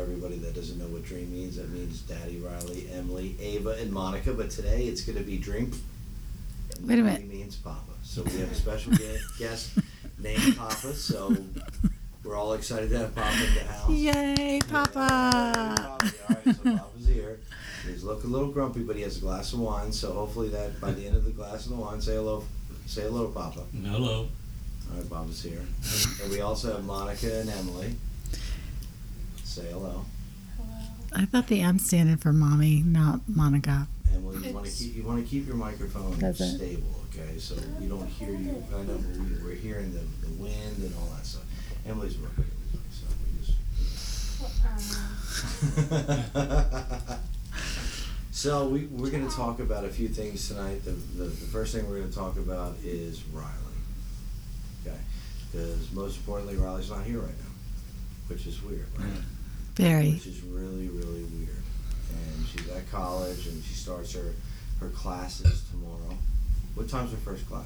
everybody that doesn't know what dream means, that means Daddy, Riley, Emily, Ava, and Monica. But today it's going to be dream. and Wait a Daddy minute. Means Papa. So we have a special gue- guest named Papa. So we're all excited to have Papa in the house. Yay, Papa! All right, so Papa's here. He's looking a little grumpy, but he has a glass of wine. So hopefully that by the end of the glass of the wine, say hello, say hello, to Papa. Hello. All right, Papa's here, and we also have Monica and Emily. Say hello, I thought the M standing for mommy, not Monica. Emily. You want to It's- keep you want to keep your microphone That's it. stable, okay? So we don't hear you. I know but we- we're hearing the, the wind and all that stuff. Emily's working, so we just so we, we're going to talk about a few things tonight. The, the, the first thing we're going to talk about is Riley. Okay, because most importantly, Riley's not here right now, which is weird. Right? Very. Which is really really weird. And she's at college, and she starts her her classes tomorrow. What time's her first class?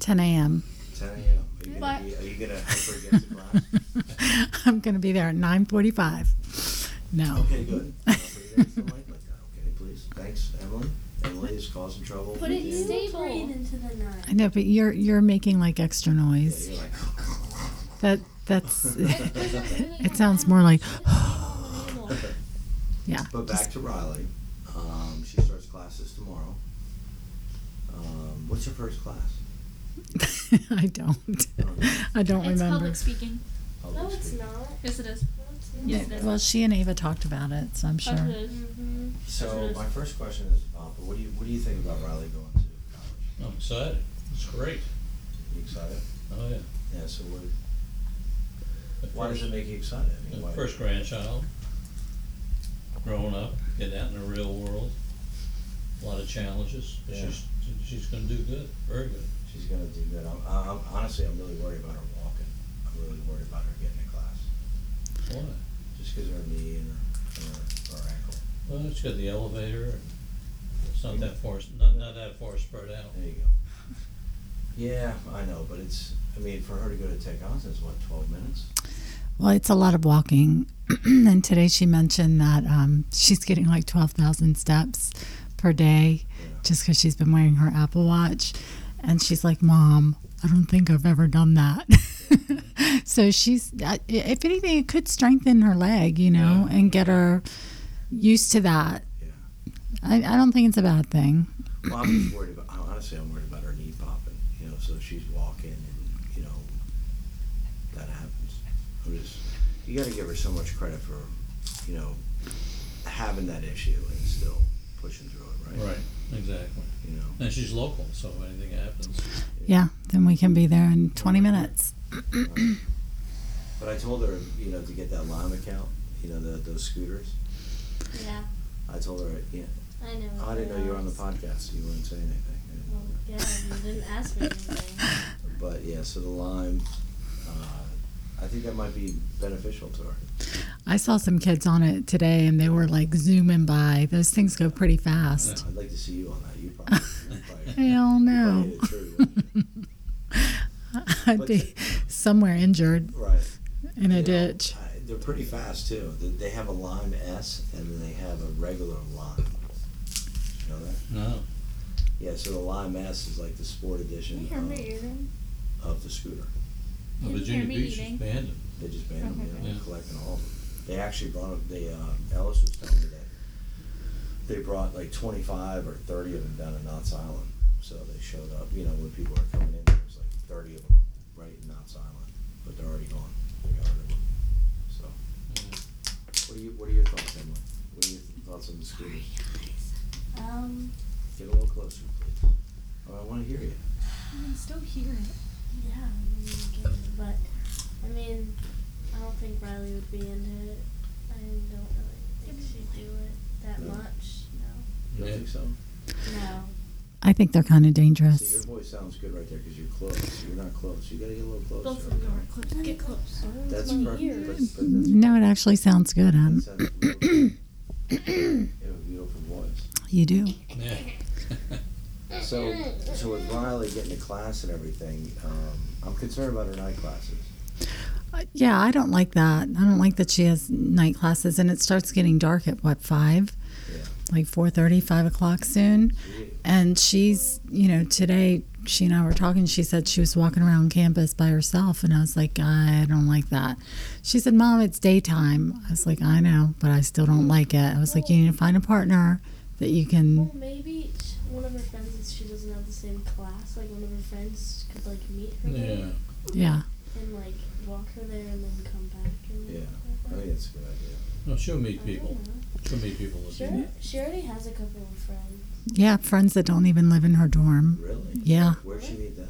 10 a.m. 10 a.m. Are you gonna What? be, are you gonna help her get to class? I'm going to be there at 9:45. No. Okay, good. I'll put it in the light like that, Okay, please. Thanks, Emily. Emily is causing trouble. Put it Yeah, stable. Breathe into the night. I know, but you're you're making like extra noise. you're like, That that's. it sounds more like. yeah. But just- back to Riley. Um, she starts classes tomorrow. Um, what's your first class? I don't. I don't It's remember. public speaking. Public No, it's speaking. not. Yes, it is. No, it's not. Yes, it is. Well, she and Ava talked about it, so I'm Yes, sure. it is. Mm-hmm. So my first question is, Papa, what do you what do you think about Riley going to college? I'm excited. It's great. You excited? Oh, yeah. Yeah. So what? The Why does first- it make you excited? I mean, the why- First grandchild, growing up, getting out in the real world, a lot of challenges. Yeah. She's, she's gonna do good, very good. She's gonna do good. I'm, I'm honestly, I'm really worried about her walking. I'm really worried about her getting in class. Why? Just because her knee and her, her, her ankle. Well, it's got the elevator, and it's not that far, not, not that far spread out. There you go. Yeah, I know, but it's, I mean, for her to go to Tech Austin is what, 12 minutes? Well, it's a lot of walking. and today she mentioned that um, she's getting like 12,000 steps per day just because she's been wearing her Apple Watch. And she's like, Mom, I don't think I've ever done that. so she's, uh, I- if anything, it could strengthen her leg, you know, and get her used to that. Yeah. I, I don't think it's a bad thing. Well, I'm just worried about, honestly, I'm worried about her knee popping, you know, so she's walking and, you know, that happens. I'm just, you gotta give her so much credit for, you know, having that issue and still pushing through it, right? Exactly. You know? And she's local, so if anything happens. Yeah, then we can be there in 20 minutes. Uh, But I told her, you know, to get that Lime account, you know, the, those scooters. Yeah, I told her, yeah, I know. I didn't know you were on the podcast, so you wouldn't say anything. Well, yeah, you didn't ask me anything. But yeah, so the lime, uh, I think that might be beneficial to her. I saw some kids on it today and they were like zooming by. Those things go pretty fast. I'd like to see you on that. You probably, you probably, Hell no. you probably hit it true, wouldn't you? I'd But- be somewhere injured right? in a You know, ditch. I- they're pretty fast too. They- They have a lime S and then they have a regular lime. You know that? No, Yeah. So the lime S is like the sport edition of, eating? of the scooter. No, You can hear Virginia me Beach eating. is banned. it. They just banned them. You know, Yeah. collecting all of them. They actually brought up. They uh, Ellis was telling me that they brought like 25 or 30 of them down to Knott's Island. So they showed up. You know, when people are coming in, there was like 30 of them right in Knott's Island, but they're already gone. They got rid of them. So, what are you? What are your thoughts, Emily? What are your th- thoughts on the screen? Uh, Um, Get a little closer, please. Oh, I want to hear you. You can still hear it. yeah, I mean, you can, but I mean, I don't think Riley would be into it. I don't really think she'd do it that No. much. You don't Yeah. think so? No. No. I think they're kind of See, your dangerous. voice sounds good right there because you're close. You're not close. You got to get a little closer. Both of them okay? are close. Get close. That's perfect. That's, that's No, it actually sounds good, um, Em. That's a beautiful- you have a beautiful voice. You do. Yeah. So, so with Riley getting to class and everything, um, I'm concerned about her night classes. Uh, Yeah, I don't like that. I don't like that she has night classes, and it starts getting dark at what five, Yeah. like four thirty, five o'clock soon. And she's, you know, today she and I were talking. She said she was walking around campus by herself, and I was like, I don't like that. She said, Mom, it's daytime. I was like, I know, but I still don't like it. I was like, you need to find a partner that you Well, can. maybe sh- one of her friends that she doesn't have the same class. Like one of her friends could like meet her Yeah. there Yeah, and like walk her there and then come back. And Yeah. I like Oh, think that. it's a good idea. No, she'll I meet don't people. know. She'll meet people that she Sure. meets. She already has a couple of friends. yeah, friends that don't even live in her dorm. Really? Yeah. Where'd she meet them?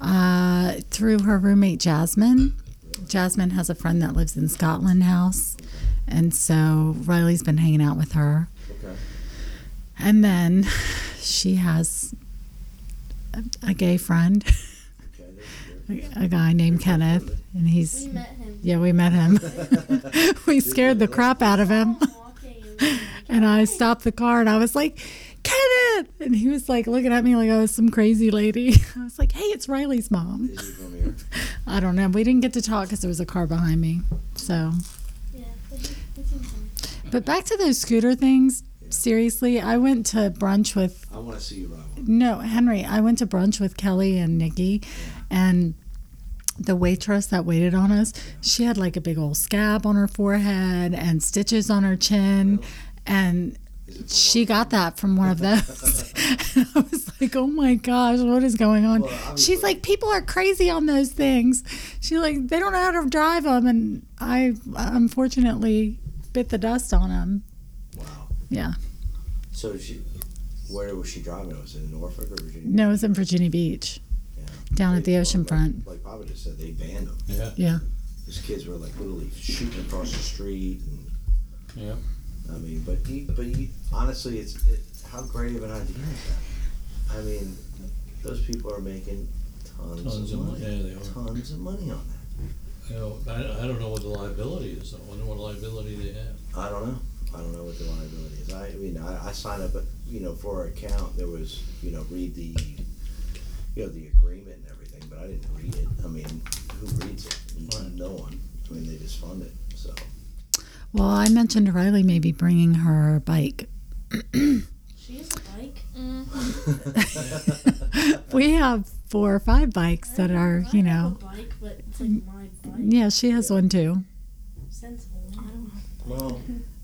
Uh, through her roommate Jasmine. Jasmine has a friend that lives in Scotland House, and so Riley's been hanging out with her. Okay. And then she has a, a gay friend, Okay. that's good. a, a guy named Kenneth, and he's We met him. yeah, we met him. we scared the crap out of him. Um, And I stopped the car and I was like, Kenneth! And he was like looking at me like I was some crazy lady. I was like, hey, it's Riley's mom. Is he from here? I don't know. We didn't get to talk because there was a car behind me. So, Yeah, but he, he seems nice. but back to those scooter things. Seriously, I went to brunch with I want to see you ride one. No, Henry, I went to brunch with Kelly and Nikki, and the waitress that waited on us, she had like a big old scab on her forehead and stitches on her chin. And Is it from she one- got that from one of those. and I was like, oh my gosh, what is going on? Well, obviously- She's like, people are crazy on those things. She like, they don't know how to drive them. And I unfortunately bit the dust on them. Wow. Yeah. So she, where was she driving? Was it in Norfolk or Virginia? No, it was in Virginia Beach, Yeah. down at the They- ocean like- front. Like Papa just said, they banned them. Yeah, Yeah. These kids were like literally shooting across the street, and yeah. I mean, but he, but he, honestly, it's it, how great of an idea is that? I mean, those people are making tons, Tons of of money, money. Yeah, they are. tons of money on that. You know, I, I don't know what the liability is, though. I wonder what liability they have. I don't know. I don't know what the liability is. I, I mean, I, I signed up, you know, for our account. There was, you know, read the, you know, the agreement and everything, but I didn't read it. I mean, who reads it? Right. No one. I mean, they just fund it. So Well, I mentioned to Riley maybe bringing her bike. She has a bike. We have four or five bikes that are, you I have know. Mm. a bike, but it's like my bike. Yeah, she has one too. Sensible. I don't know. well,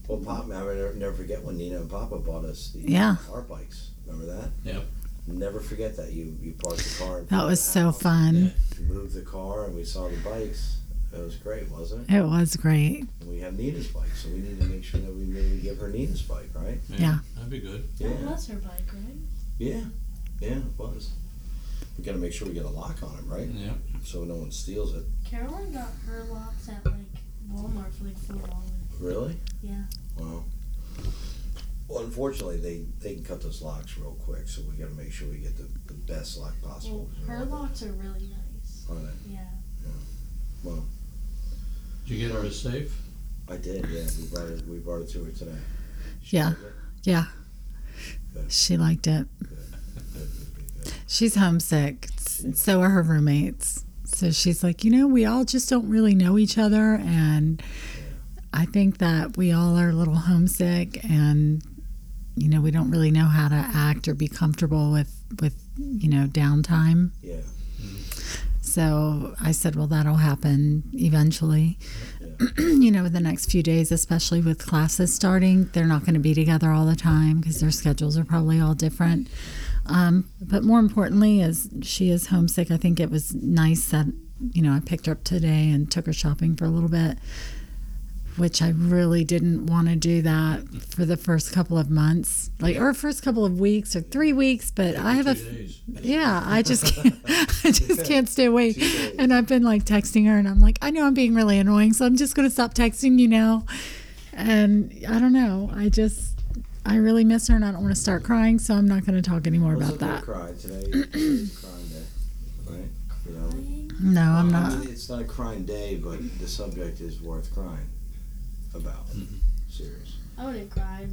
well, Pop. I mean, I'll never, never forget when Nina and Papa bought us the Yeah. our bikes. Remember that? Yep. Never forget that. You you parked the car. in front That of was the so house, fun. You moved the car, and we saw the bikes. It was great, wasn't it? It was great. We have Nina's bike, so we need to make sure that we maybe give her Nina's bike, right? Yeah. That'd be good. That was her bike, right? Yeah, yeah, it was. We gotta make sure we get a lock on him, right? Yeah. So no one steals it. Carolyn got her locks at like Walmart for like four dollars. Really? Yeah. Wow. Well, unfortunately, they, they can cut those locks real quick, so we gotta make sure we get the, the best lock Well, possible. her locks are really nice. On it. Yeah. Did you get her a safe? I did, yeah, we brought it, we brought it to her today. She Yeah. did it. Yeah. She liked it. Good, good, good, good. She's homesick. S- So are her roommates. So she's like, you know, we all just don't really know each other. And I think that we all are a little homesick and, you know, we don't really know how to act or be comfortable with, with, you know, downtime. Yeah, So I said, well, that'll happen eventually. you know, in the next few days, especially with classes starting, they're not going to be together all the time because their schedules are probably all different. Um, but more importantly, is she is homesick. I think it was nice that you know I picked her up today and took her shopping for a little bit, which I really didn't want to do that for the first couple of months, like or first couple of weeks or three weeks. But I have a Two days. yeah, I just can't, I just can't stay awake. Two days. And I've been like texting her, and I'm like, I know I'm being really annoying, so I'm just gonna stop texting you now. And I don't know, I just I really miss her, and I don't want to start crying, so I'm not gonna talk anymore Well, about it's okay to that. Cry today, today's a crying day, right? You know, we- Bike? No, I'm I not. mean, It's not a crying day, but the subject is worth crying about. Mm-hmm. Serious. I wouldn't cry.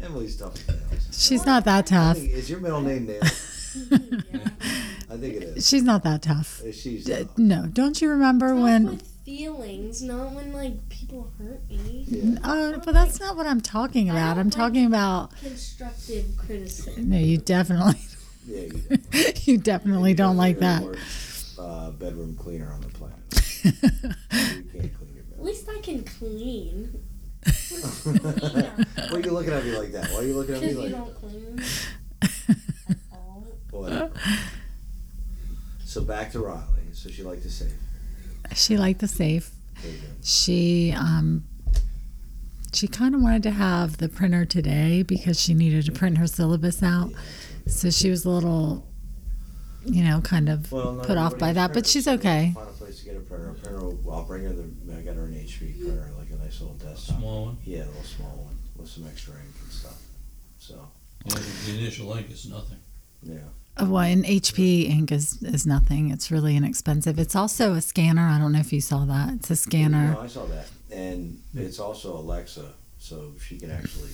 Emily's tough as nails. She's not that I tough. think- Is your middle name Nails? yeah. I I think it is. She's not that tough. Uh, She's D- not. No, don't you remember Not when? with feelings, not when like people hurt me. Yeah. Oh, but that's not what I'm talking I about. don't I'm like- talking about. Constructive criticism. No, you definitely, Yeah, you don't. you definitely don't like You're that. the worst, Uh, bedroom cleaner on the planet. You can't clean your At bedroom. least I can clean. Why are you looking at me like that? Why are you looking at me Because like you that? don't clean at all. Whatever. So back to Riley. So she liked to save. she liked the safe. Adrian. She um, she kind of wanted to have the printer today because she needed to print her syllabus out. So she was a little, you know, kind of Well, not put off by everybody that, but prints. she's You gotta okay. Find a place to get a printer. A printer. will- I'll bring her the. I got her an HP printer, like a nice little desktop. Small one. Yeah, a little small one with some extra ink and stuff. So Well, the initial ink is nothing. yeah. Uh, Well, an HP ink is, is nothing. It's really inexpensive. It's also a scanner. I don't know if you saw that. It's a scanner. No, I saw that, and it's also Alexa, so she can actually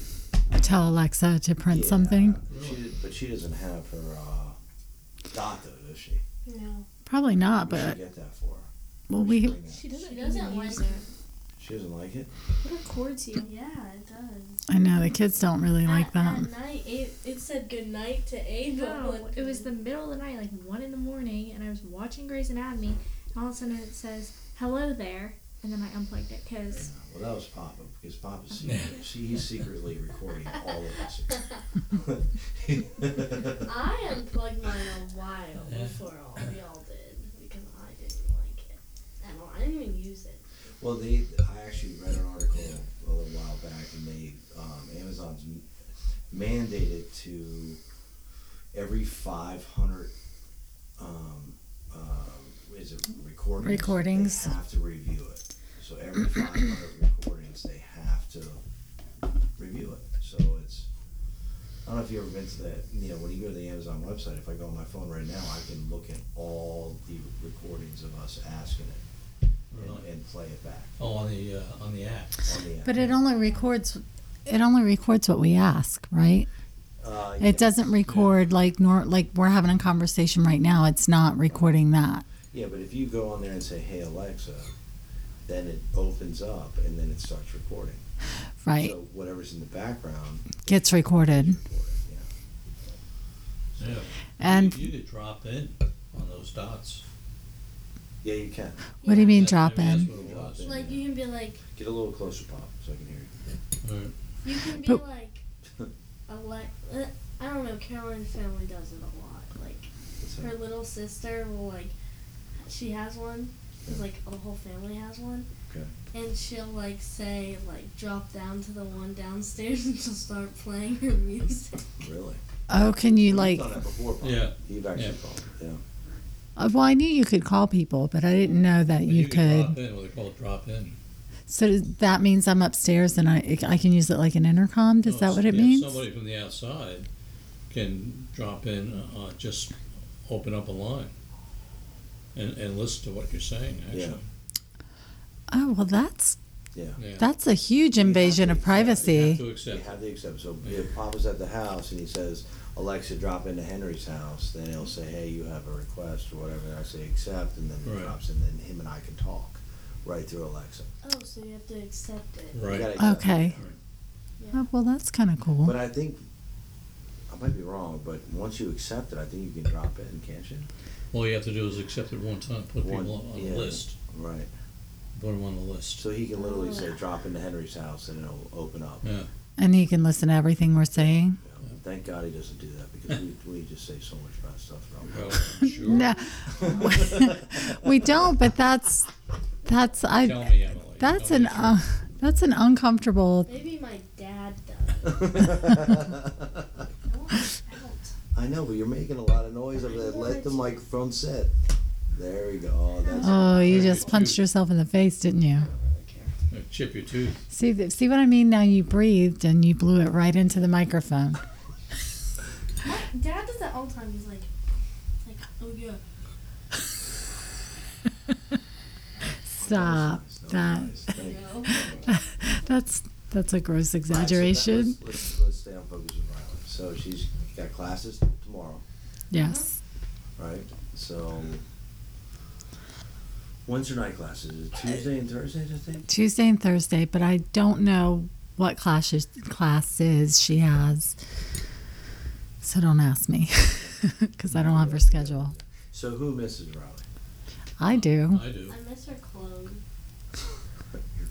Tell Alexa to print Yeah, something. She, but she doesn't have her uh, dot though, does she? No. Probably not, we should Ah, but get that for her. well, should we bring that. She doesn't, She doesn't even like use it. She doesn't like it. It records you. Yeah, it does. I know the kids don't really like at, that. At night, it, it said good night to Ava. No, it was the middle of the night, like one in the morning, and I was watching Grey's Anatomy, and all of a sudden it says, "Hello there," and then I unplugged it because Well, that was Papa because Papa's secret. she, he's secretly recording all of us. I unplugged mine a while Yeah. before all we all did because I didn't like it at all. I didn't even use it. well, they. I actually read an article a little while back, and they um, Amazon's m- mandated to every five hundred. Um, uh, is it recordings? Recordings. They have to review it. So every five hundred recordings, they have to review it. So it's. I don't know if you've ever been to that. You know, when you go to the Amazon website, if I go on my phone right now, I can look at all the recordings of us asking it and, Really. and play it back Oh, on the, uh, on the app. on the app. But it only records it only records what we ask, right? uh, yeah, It doesn't record like nor like we're having a conversation right now. It's not recording that. Yeah, but if you go on there and say, "Hey Alexa," then it opens up and then it starts recording. Right. So whatever's in the background, Gets recorded. recorded. Yeah. Yeah. And You could drop in on those dots. Yeah, you can what do you mean That- drop maybe in? That's what it was. Yeah. Like you can be like, get a little closer, Pop, so I can hear you. Alright. you can be But- like, Alex. uh, I don't know. Caroline's family does it a lot. Like That's her it. little sister will like, she has one. 'cause, like a whole family has one. Okay. And she'll like say like drop down to the one downstairs and she'll start playing her music. Really? Oh, can you You've like done that before, Pop. Yeah. You've actually Yeah. called. Yeah. uh, well I knew you could call people, but I didn't know that But you Drop could. in, what they call drop in. So does- that means I'm upstairs and I I can use it like an intercom. Is that what it Yeah, means? Somebody from the outside can drop in, uh, just open up a line and, and listen to what you're saying, Yeah. actually. Oh, well that's Yeah. Yeah. that's a huge invasion of You have privacy. to You accept. have to accept. So if Papa's at the house and he says, "Alexa, drop into Henry's house," then he'll say, "Hey, you have a request or whatever." And I say, "Accept," and then it Right. drops, and then him and I can talk right through Alexa. Oh, so you have to accept it. You gotta Right. accept it. Okay. Oh, well that's kind of cool. But I think I might be wrong, but once you accept it, I think you can drop it, and can't you? All you have to do is accept it one time, put One- people on, on yeah. the list, Right. put them on the list. So he can literally say, "Drop into Henry's house," and it'll open up. Yeah. And you can listen to everything we're saying. You know, Thank God he doesn't do that because we, we just say so much bad stuff Well, about Oh, sure. No, him. we don't. But that's that's I. Tell me, Emily. That's Tell me an the uh, that's an uncomfortable. Maybe my dad does. I want out. I know, but you're making a lot of noise over there. Let the microphone sit. There we go. Oh, that's Oh, you Maybe just punched you- yourself in the face, didn't you? I don't really care. truth. Chip your tooth. See, th- see what I mean? Now you breathed and you blew it right into the microphone. My dad does that all the time. He's like, like, oh yeah. Stop That that. was nice. That was nice. Thank you. That's that's a gross Alright, so that- exaggeration. let's- Let's, let's stay on focus with Violet. So she's got classes tomorrow, Yes. right? So, when's your night classes? Is it Tuesday and Thursdays, I think? Tuesday and Thursday, but I don't know what classes classes she has. So don't ask me because I don't have her schedule. So who misses Riley? I do. I do. I miss her clothes.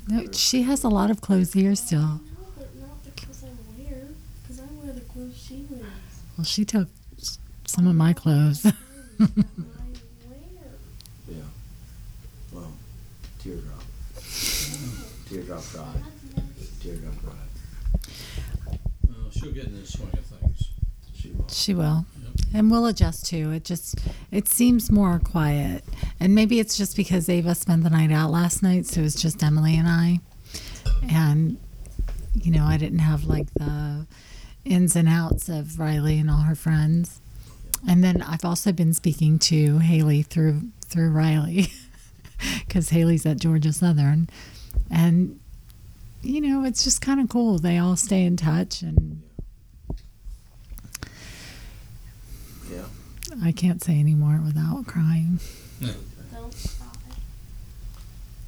No, she has a lot of clothes here still. No, but not the clothes I wear, because I wear the clothes she wears. Well, she took some of my clothes. That I wear. Yeah. Well, teardrop. Teardrop cry. That's nice. Teardrop cry. Uh, she'll get in the swing of things. She will. She will. And we'll adjust too. It just it seems more quiet. And maybe it's just because Ava spent the night out last night, so it was just Emily and I. And you know, I didn't have like the ins and outs of Riley and all her friends. And then I've also been speaking to Haley through through Riley cuz Haley's at Georgia Southern. And you know, it's just kind of cool. They all stay in touch and Yeah. I can't say any more without crying. Don't stop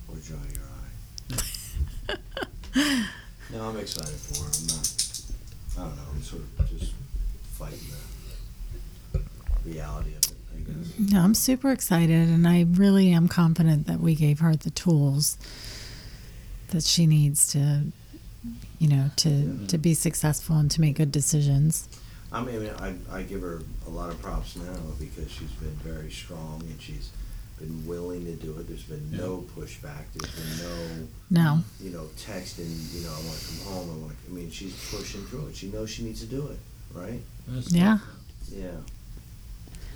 Or dry your eye. no, I'm excited for her. I'm not. I don't know. I'm sort of just fighting the reality of it. I guess. No, I'm super excited, and I really am confident that we gave her the tools that she needs to, you know, to to be successful and to make good decisions. I mean, I, I give her a lot of props now because she's been very strong and she's been willing to do it. There's been no pushback. There's been no, No, you know, texting. You know, I want to come home. I want. To, I mean, she's pushing through it. She knows she needs to do it, right? That's- Yeah. Yeah.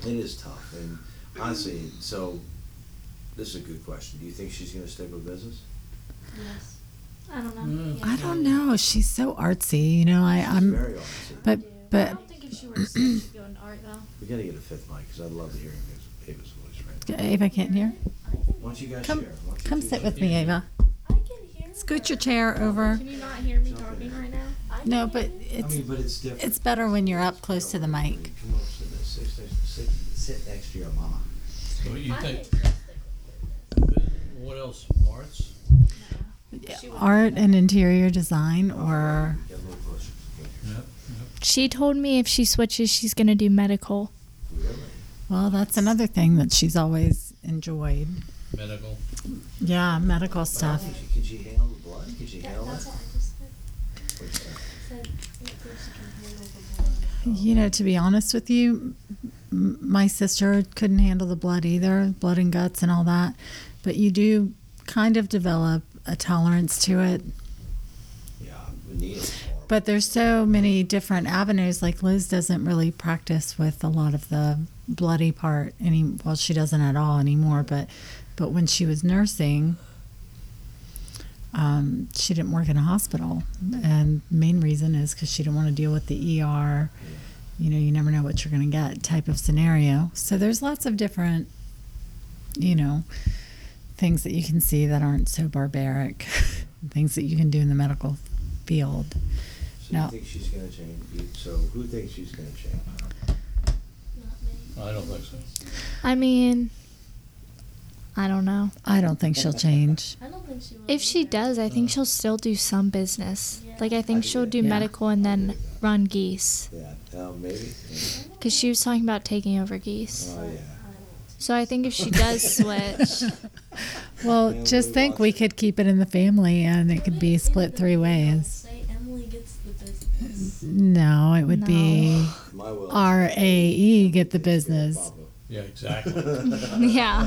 It is tough. And honestly, so this is a good question. Do you think she's going to stay with business? Yes. I don't know. Mm. I don't know. She's so artsy, you know. I, She's I'm, very artsy. but I but don't think if she were to say she'd go into art though. we got to get a fifth mic because I love hearing Ava's, Ava's voice right now. Ava Uh, can't hear. I can, Why don't you guys Come- share? Why don't you Come two sit share? with me, Ava. I can hear Scoot her. your chair over. Can you not hear me talking right now? I can No, hear but you. I it's mean, but it's different. it's better when you're up close to the mic. Come on, sit next, sit, next- sit, sit next to your mama. So you I think, can- what else? Arts? Art and interior design, or Get a little closer. Can't hear. Yep. She told me if she switches, she's going to do medical. Really? well, that's another thing that she's always enjoyed. Medical? Yeah, medical Wow, stuff. Can she, can she handle the blood? Can she That, handle that's it? what I just said. What'd you say? Said, yeah, she can handle the blood. You know, to be honest with you, m- my sister couldn't handle the blood either, blood and guts and all that. But you do kind of develop a tolerance to it. Yeah, we need it. But there's so many different avenues. Like Liz doesn't really practice with a lot of the bloody part any. Well, she doesn't at all anymore. But but when she was nursing, um, she didn't work in a hospital, and the main reason is because she didn't want to deal with the ER. You know, you never know what you're going to get type of scenario. So there's lots of different, you know, things that you can see that aren't so barbaric, things that you can do in the medical field. So you No. think she's gonna change? You- So who thinks she's gonna change? Not me. I don't think so. I mean, I don't know. I don't think she'll change. I don't think she will. If she either. does, I think she'll still do some business. Like, I I think do she'll that. do Yeah. medical and I then do that. run geese. Yeah, uh, maybe. Yeah. Because she was talking about taking over geese. Oh yeah. So I think if she does switch, Well, Yeah, just we think watch we it. could keep it in the family and it could Put be it in split the three email. ways. Say Emily gets the business. No, it would be My will. R A E get the business. Pablo. Yeah, exactly. yeah.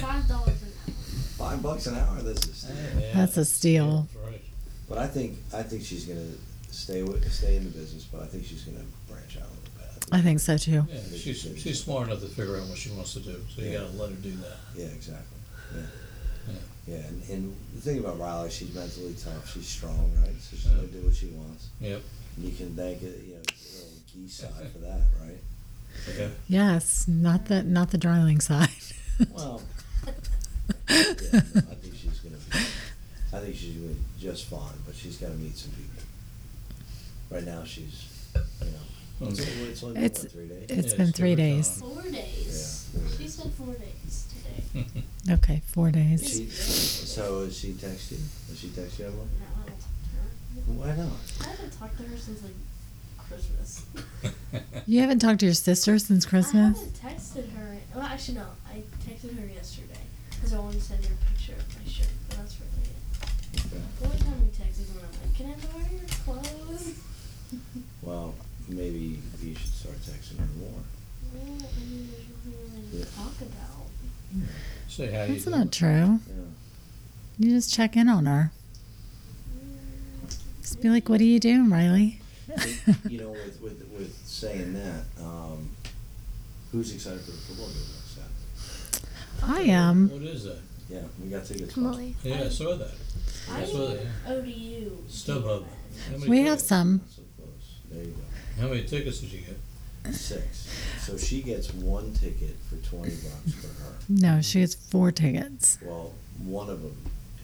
Five dollars an hour. Five bucks an hour. This is. steep. Yeah, That's a steal. That's right. But I think I think she's gonna stay with stay in the business, but I think she's gonna branch out a little bit. I think so too. Yeah, she's, she's smart enough to figure out what she wants to do, so you gotta let her do that. Yeah, exactly. Yeah. Yeah, and, and the thing about Riley, she's mentally tough. She's strong, right? So she's gonna do what she wants. Yep. And you can thank it, you know, the geese side for that, right? Okay. Yes, not the not the darling side. Well, yeah, no, I think she's gonna be. I think she's gonna be just fine, but she's got to meet some people. Right now, she's, you know, It's, Okay. it's only been, It's- what, three days? it's Yeah, been it's three over time. days. Four days. Yeah. She said four days today. Okay, four days. She, so has she texted you? Has she texted you everyone? No, I haven't talked to her. Why not? I haven't talked to her since like Christmas. You haven't talked to your sister since Christmas? I haven't texted her. Well, actually, no. I texted her yesterday because I wanted to send her a picture of my shirt, but that's really it. Okay. The only time we text is when I'm like, "Can I borrow your clothes?" Mm, Well, maybe you should start texting her more. Well, I mean, there's nothing really to talk about. Say how That's you not doing. true. Yeah. You just check in on her. Mm, Just be like, what are you doing, Riley? But, you know, with, with, with saying that, um, who's excited for the football game next Saturday? I am. What is that? Yeah, we got tickets. Molly. Yeah, I saw that. I That's what need they- ODU. StubHub. How many We have tickets- some. Not so close. There you go. How many tickets did you get? Six. So she gets one ticket for twenty bucks for her. No, she has four tickets. Well, one of them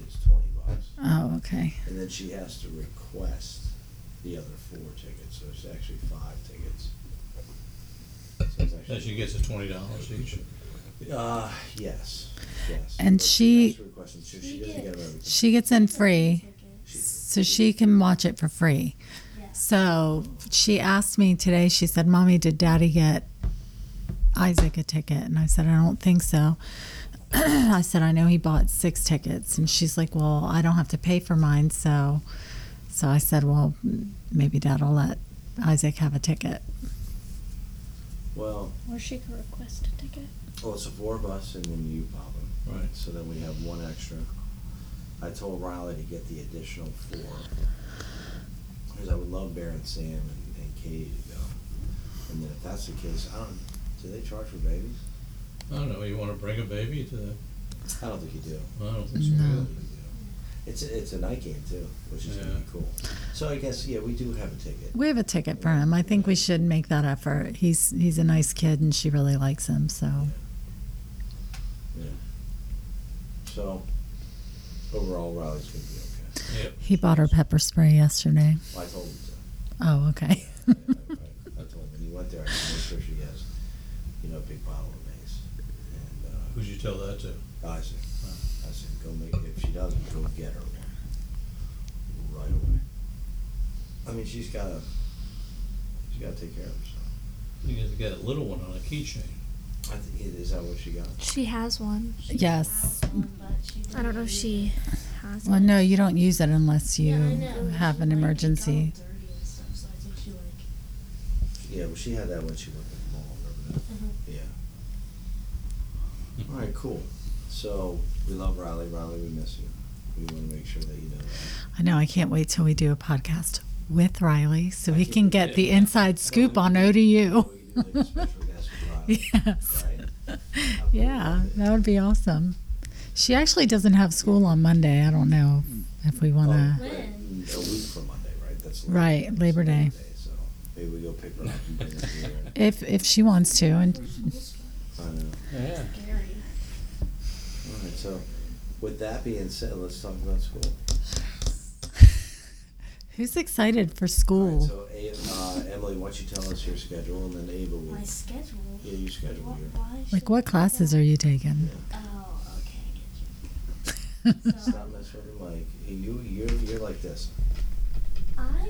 is twenty bucks, Oh, okay. and then she has to request the other four tickets. So it's actually five tickets. So it's actually- That she gets a twenty dollars each. Uh, yes, yes. And That's- she- that's her question. So she doesn't get them every time. She gets in free, She- so she can watch it for free. Yeah. So she asked me today, she said, Mommy, did daddy get Isaac a ticket? And I said, I don't think so. I said, I know he bought six tickets. And she's like, Well, I don't have to pay for mine. So, so I said, Well, m- maybe dad will let Isaac have a ticket. Well, Or she could request a ticket. well, it's the four of us and then you, Papa. Right. So then we have one extra. I told Riley to get the additional four. Because I would love Baron Sam and, and Katie to go. And then if that's the case, I don't, do they charge for babies? I don't know. You want to bring a baby to the? I don't think you do. I don't think It's so. really No. you do. It's, a- it's a night game too, which is gonna Yeah. be cool. So I guess, yeah, we do have a ticket. We have a ticket for him. I think we should make that effort. He's he's a nice kid and she really likes him. So, Yeah. So, overall, Riley's gonna be okay. Yep. he bought her pepper spray yesterday. Well, I told him so. Oh, okay. I, I, I told him when he went there, I said, make sure she has, you know, a big bottle of mace. And Who'd you tell that to? uh, I said, I said, go make, if she doesn't, go get her one right away. I mean, she's gotta, she's gotta take care of herself. You get to get a little one on a keychain. I think, is that what she got? She has one. She Yes. has one, but she I don't know didn't if use she it. has. Well, it. no, you don't use it unless you Yeah, I know. have She, an like, emergency. got all dirty and stuff, so I think she, like, Yeah, well, she had that when she went to the mall, remember Mhm. that? Yeah. All right, cool. So, we love Riley. Riley, we miss you. We wanna make sure that you know that. I know. I can't wait till we do a podcast with Riley so I we think can we get did. the inside scoop on ODU. We can do like a special guest with Riley. yes. Right? Yeah, that would be awesome. She actually doesn't have school on Monday. I don't know if we want Oh, to. but A week from Monday, right? That's Right, that's Labor Day. So maybe we go pick her up and bring her here. If if she wants to, and I know. Yeah. scary. All right, so with that being said, let's talk about school. who's excited for All right, school? so A- uh, Emily, why don't you tell us your schedule and then Ava will, My schedule. yeah, your schedule Why- here. why should Like, what we classes go- are you taking? Oh, okay, I get you. Stop messing with the mic. You, you're, you're like this. I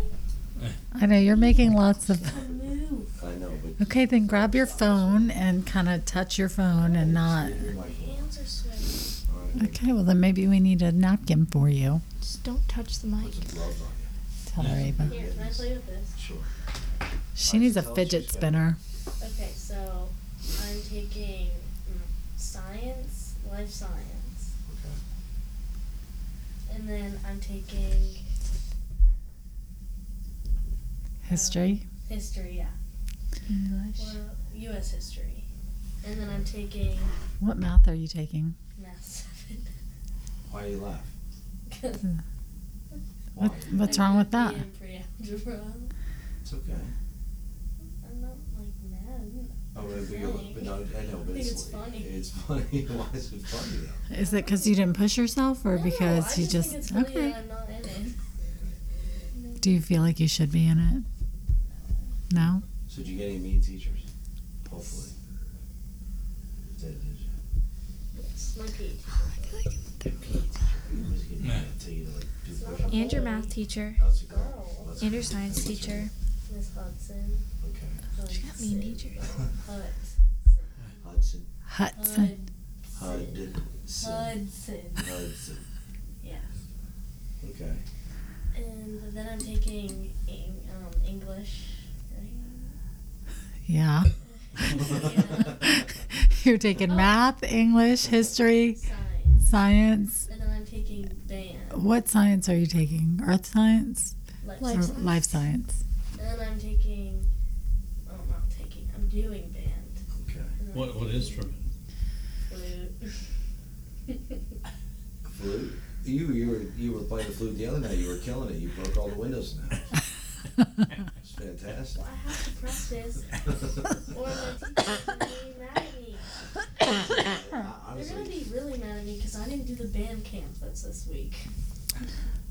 Eh. I know you're making lots of. can move. I know, but. Okay, then grab your phone and kind of touch your phone and not. Leave your My mic alone. hands are sweaty. All right, Okay, well then maybe we need a napkin for you. Just don't touch the mic. Put some gloves on Tell her Ava. Here, can I play with this? you. Sure. She needs a fidget spinner. Okay, so I'm taking mm, science, life science, Okay. and then I'm taking um, History. history, yeah, English. well, U.S. history, and then I'm taking What math are you taking? math Why do you laugh? seven. Hmm. What, what's wrong with that? Pre-algebra. It's okay. I'm not like mad. Oh, but you're, but no, I know, but I think it's, it's funny. It's funny. Why is it funny though? Is it because you didn't push yourself or No, because I you just just. think it's funny okay. that I'm not in it. Do you feel like you should be in it? No? So did you get any mean teachers? Hopefully. Did, did you? Yes. My page. You must get Nah. mad till you, like, do It's not push-ups. a- And your math teacher. How's it going? Girl. Let's- And your science teacher. Miss Hudson. Okay. She got mean teachers. Hudson. Hudson. Hudson. Hudson. Hudson. Hudson. Hudson. Yeah. Okay. And then I'm taking Eng- um, English. right? Yeah. yeah. You're taking math, English, history, Science. science. And then I'm taking band. What science are you taking? Earth science Like, or Life science. life science? And then I'm taking. Oh, I'm not taking. I'm doing band. Okay. And then What I'm what taking instrument? Flute. Flute. You you were you were playing the flute the other night. You were killing it. You broke all the windows now. It's fantastic. well, I have to practice, or my teacher's gonna be mad at me. I- They're gonna Honestly, be really mad at me because I didn't do the band camp that's this week.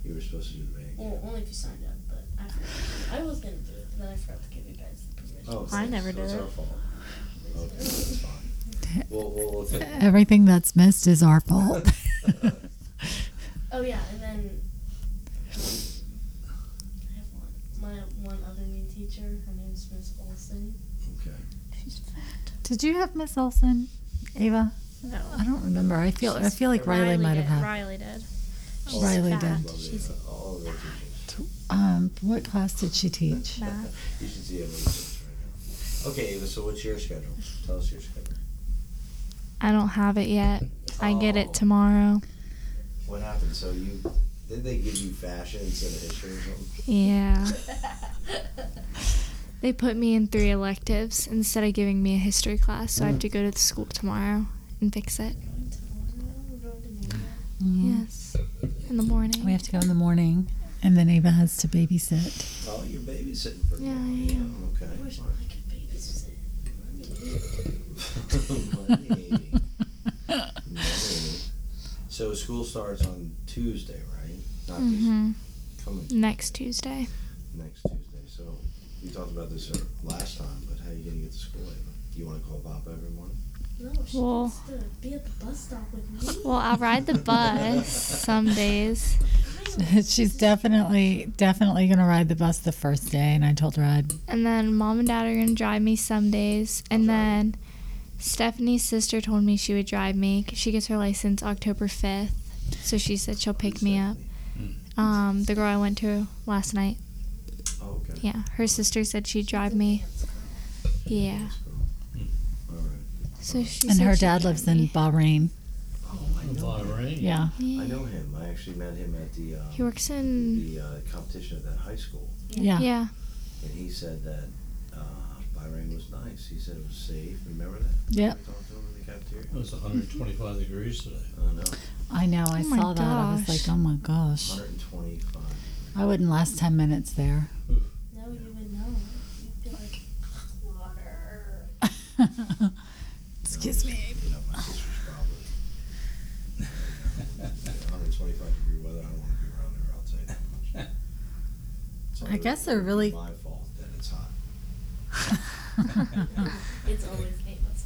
you were supposed to do the band. Well, only if you signed up, but I forgot. I was gonna do it, but then I forgot to give you guys the permission. Oh, Oh, I never so it's did our fault. Okay, that's fine. We'll, we'll, we'll take it. Everything that's missed is our fault. Oh yeah, and then um, I have one. My one other new teacher. Her name's Miss Olson. Okay. Did you have Miss Olson, Ava? No. I don't remember. I feel I feel like Riley, might did. have had. Riley did. She's Riley fat. did. Love She's the, uh, all of their teachers. Um, what class did she teach? Math. You should see Eva's right now. Okay, Ava. So what's your schedule? Tell us your schedule. I don't have it yet. I get Oh. it tomorrow. What happened? So you did they give you fashion instead of history or something? Yeah. They put me in three electives instead of giving me a history class, Mm. so I have to go to the school tomorrow and fix it. Going tomorrow. We're going to meet her. Yes. In the morning. Mm. We have to go in the morning, and then Ava has to babysit. Oh, you're babysitting for Yeah, me. I Okay. I wish I could babysit. Money. Money. So school starts on Tuesday, right? Not hmm this coming Next Tuesday. next Tuesday. So we talked about this uh, last time, but how are you gonna get to school? Ava? You want to call Papa every morning? No, she Well- needs to be at the bus stop with me. Well, I'll ride the bus some days. She's definitely definitely gonna ride the bus the first day, and I told her I'd. And then mom and dad are going to drive me some days. And then Stephanie's sister told me she would drive me 'cause she gets her license October 5th. So she said she'll pick me up. Hmm. Um, the girl I went to last night, Oh, okay. yeah, her sister said she'd drive me. Yeah. That's cool. All right. So she And said her she'd dad drive lives in me. Bahrain. Oh, I know. him. Bahrain. Yeah. I Yeah. know him. I actually met him at the um, He works in. the uh, competition at that high school. Yeah. Yeah. And he said that uh, Bahrain was nice. He said it was safe. Remember that? Yep. We talked to him in the cafeteria. Uh, It was 125 degrees today. I don't know. I know. I Oh my saw that. I was gosh. like, oh my gosh, 125. I wouldn't last ten minutes there. No, you would know. You'd be like, water. Excuse me. You know, my sister's probably. you know, 125 degree weather. I don't want to be around her. I'll tell you that much. It's I all guess they're it's really- My fault that it's hot. Oh. It's always Ava's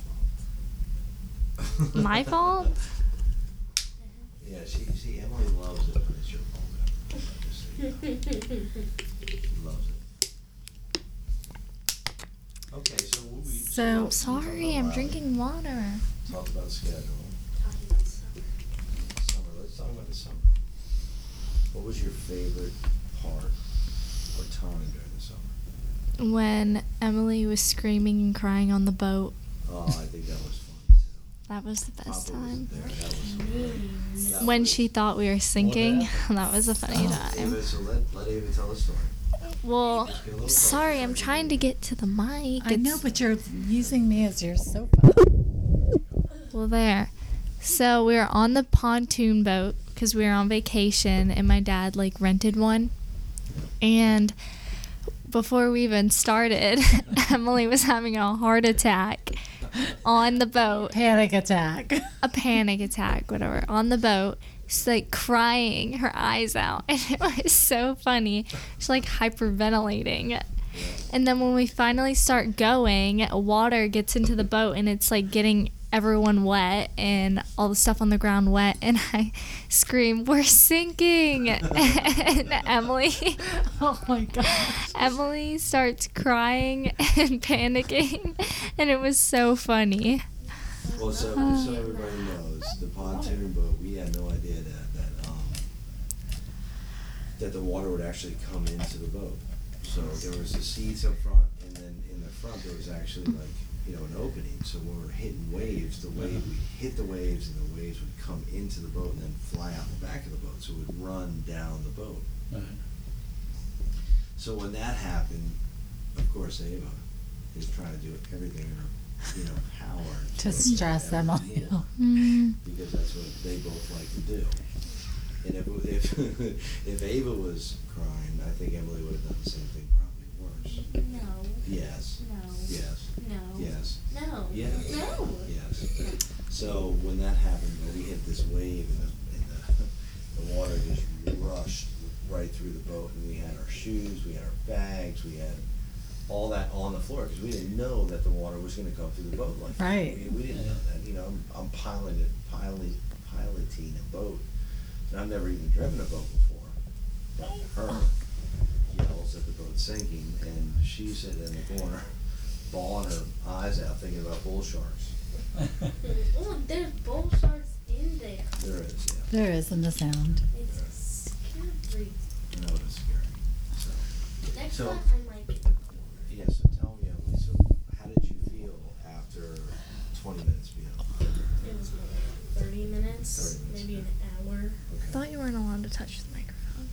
fault. My fault? Yeah, she, see, Emily loves it when it's your fault. Emily. Just so you know. She loves it. Okay, so what we. So- we I'm sorry, talked I'm about- drinking water. Talked about schedule, Talking about something. summer, let's talk about the summer. What was your favorite part or time during the summer? When Emily was screaming and crying on the boat, Oh, I think that was fun too. that was the best Papa wasn't time. there, that was. that When was- she thought we were sinking, that was a funny time. Ava, so let, let Ava tell the story. Well, Just get a little sorry, closer. I'm trying to get to the mic. I know, It's- but you're using me as your soap. Well, there. So we were on the pontoon boat because we were on vacation, and my dad like rented one. And before we even started, Emily was having a heart attack on the boat, Panic attack. a panic attack, whatever, on the boat. She's like crying her eyes out, and it was so funny. She's like hyperventilating. And then when we finally start going, water gets into the boat and it's like getting everyone wet and all the stuff on the ground wet. And I scream, We're sinking! and Emily, Oh my gosh. Emily starts crying and panicking. And it was so funny. Uh. Well, so, Uh-huh. so everybody knows, the pontoon boat, we had no idea that, that, um, that the water would actually come into the boat. So there was the seats up front, and then in the front, there was actually like, you know, an opening, so when we were hitting waves, the wave, we hit the waves, and the waves would come into the boat and then fly out the back of the boat, so it would run down the boat. Right. So when that happened, of course, Ava is trying to do everything in her, you know, power. To stress them Emily out. Mm-hmm. because that's what they both like to do. And if, if, if Ava was crying, I think Emily would have done the same thing, probably worse. No. Yes, No. yes, No. yes, No. yes. No. Yes. So when that happened, when we hit this wave and the, and the, the water just rushed right through the boat and we had our shoes, we had our bags, we had all that on the floor because we didn't know that the water was going to come through the boat like that. Right. We, we didn't know that. You know, I'm, I'm piloting, pilot, piloting a boat and I've never even driven a boat before. But her yells at the boat sinking and she's sitting in the corner bawling her eyes out thinking about bull sharks. Oh, there's bull sharks in there. There is, yeah. There is in the sound. It's scary. I know it was scary. So, Next So- time I might. yeah, so tell me, Emily, so how did you feel after 20 minutes being on? It was what, thirty minutes, 30 minutes, maybe yeah. an hour. Okay. thought you weren't allowed to touch the microphone.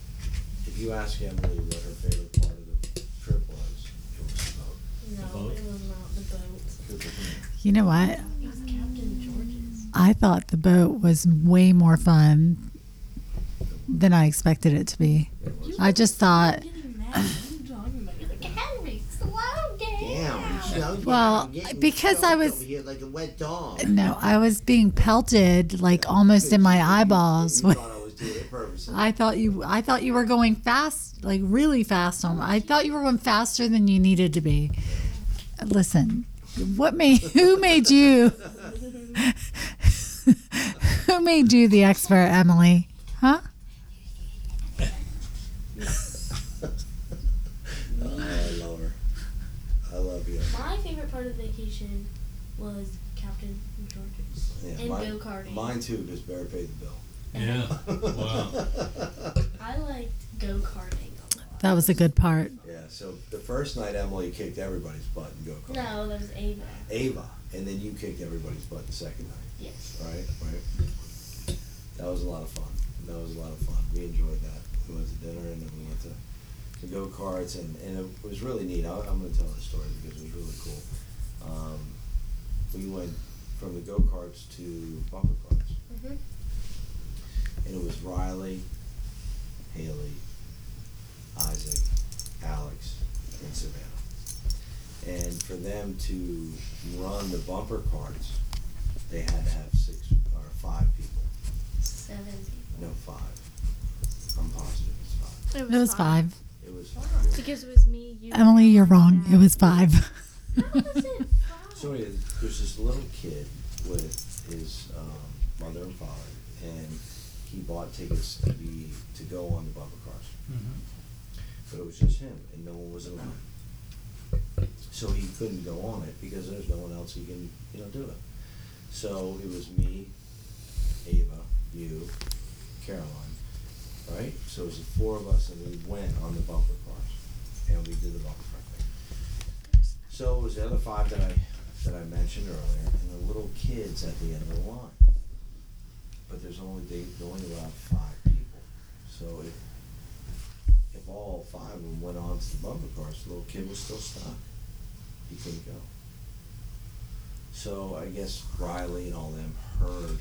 If you ask Emily what her favorite part of the trip was, it was the boat. No, boat? it was not the boat. It was the boat. You know what? It was Captain George's. I thought the boat was way more fun than I expected it to be. I just thought, Getting mad. What are you talking about? You're like Henry, slow down. Damn, you know, Well, you're getting because I choked was- over here like a wet dog. no, I was being pelted like almost in my eyeballs. You With, thought I was doing it purposely. I thought you, I thought you were going fast, like really fast. On, I thought you were going faster than you needed to be. Listen, what made who made you? Uh, who made you the expert, Emily? Huh? Oh, I love her. I love you. My favorite part of vacation was Captain George's Yeah, and mine- go karting. Mine too, because Bear paid the bill. Yeah. Wow. I liked go karting. That was a good part. Yeah, so the first night Emily kicked everybody's butt in go kart. No, that was Ava. Ava, and then you kicked everybody's butt the second night, Yes. right? Right. That was a lot of fun. That was a lot of fun. We enjoyed that. We went to dinner and then we went to the go karts, and, and it was really neat. I, I'm going to tell the story because it was really cool. Um, we went from the go karts to bumper cars. Mm-hmm. and it was Riley, Haley, Isaac, Alex, and Savannah. And for them to run the bumper carts, they had to have six or five people. Seven people. No, five. I'm positive it's five. It It was five. It was Because it was me, you. Emily, you're wrong. It Dad. was five. How was it? So anyway, there's this little kid with his um, mother and father, and he bought tickets to be to go on the bumper cars. Mm-hmm. but it was just him and no one was around. So he couldn't go on it because there's no one else he can, you know, do it. So it was me, Ava, you, Caroline, right? So it was the four of us and we went on the bumper cars and we did the bumper car thing. So it was the other five that I that I mentioned earlier and the little kids at the end of the line. But there's only they they only allowed five people. So if if all five of them went on to the bumper cars, the little kid was still stuck. He couldn't go. So I guess Riley and all them heard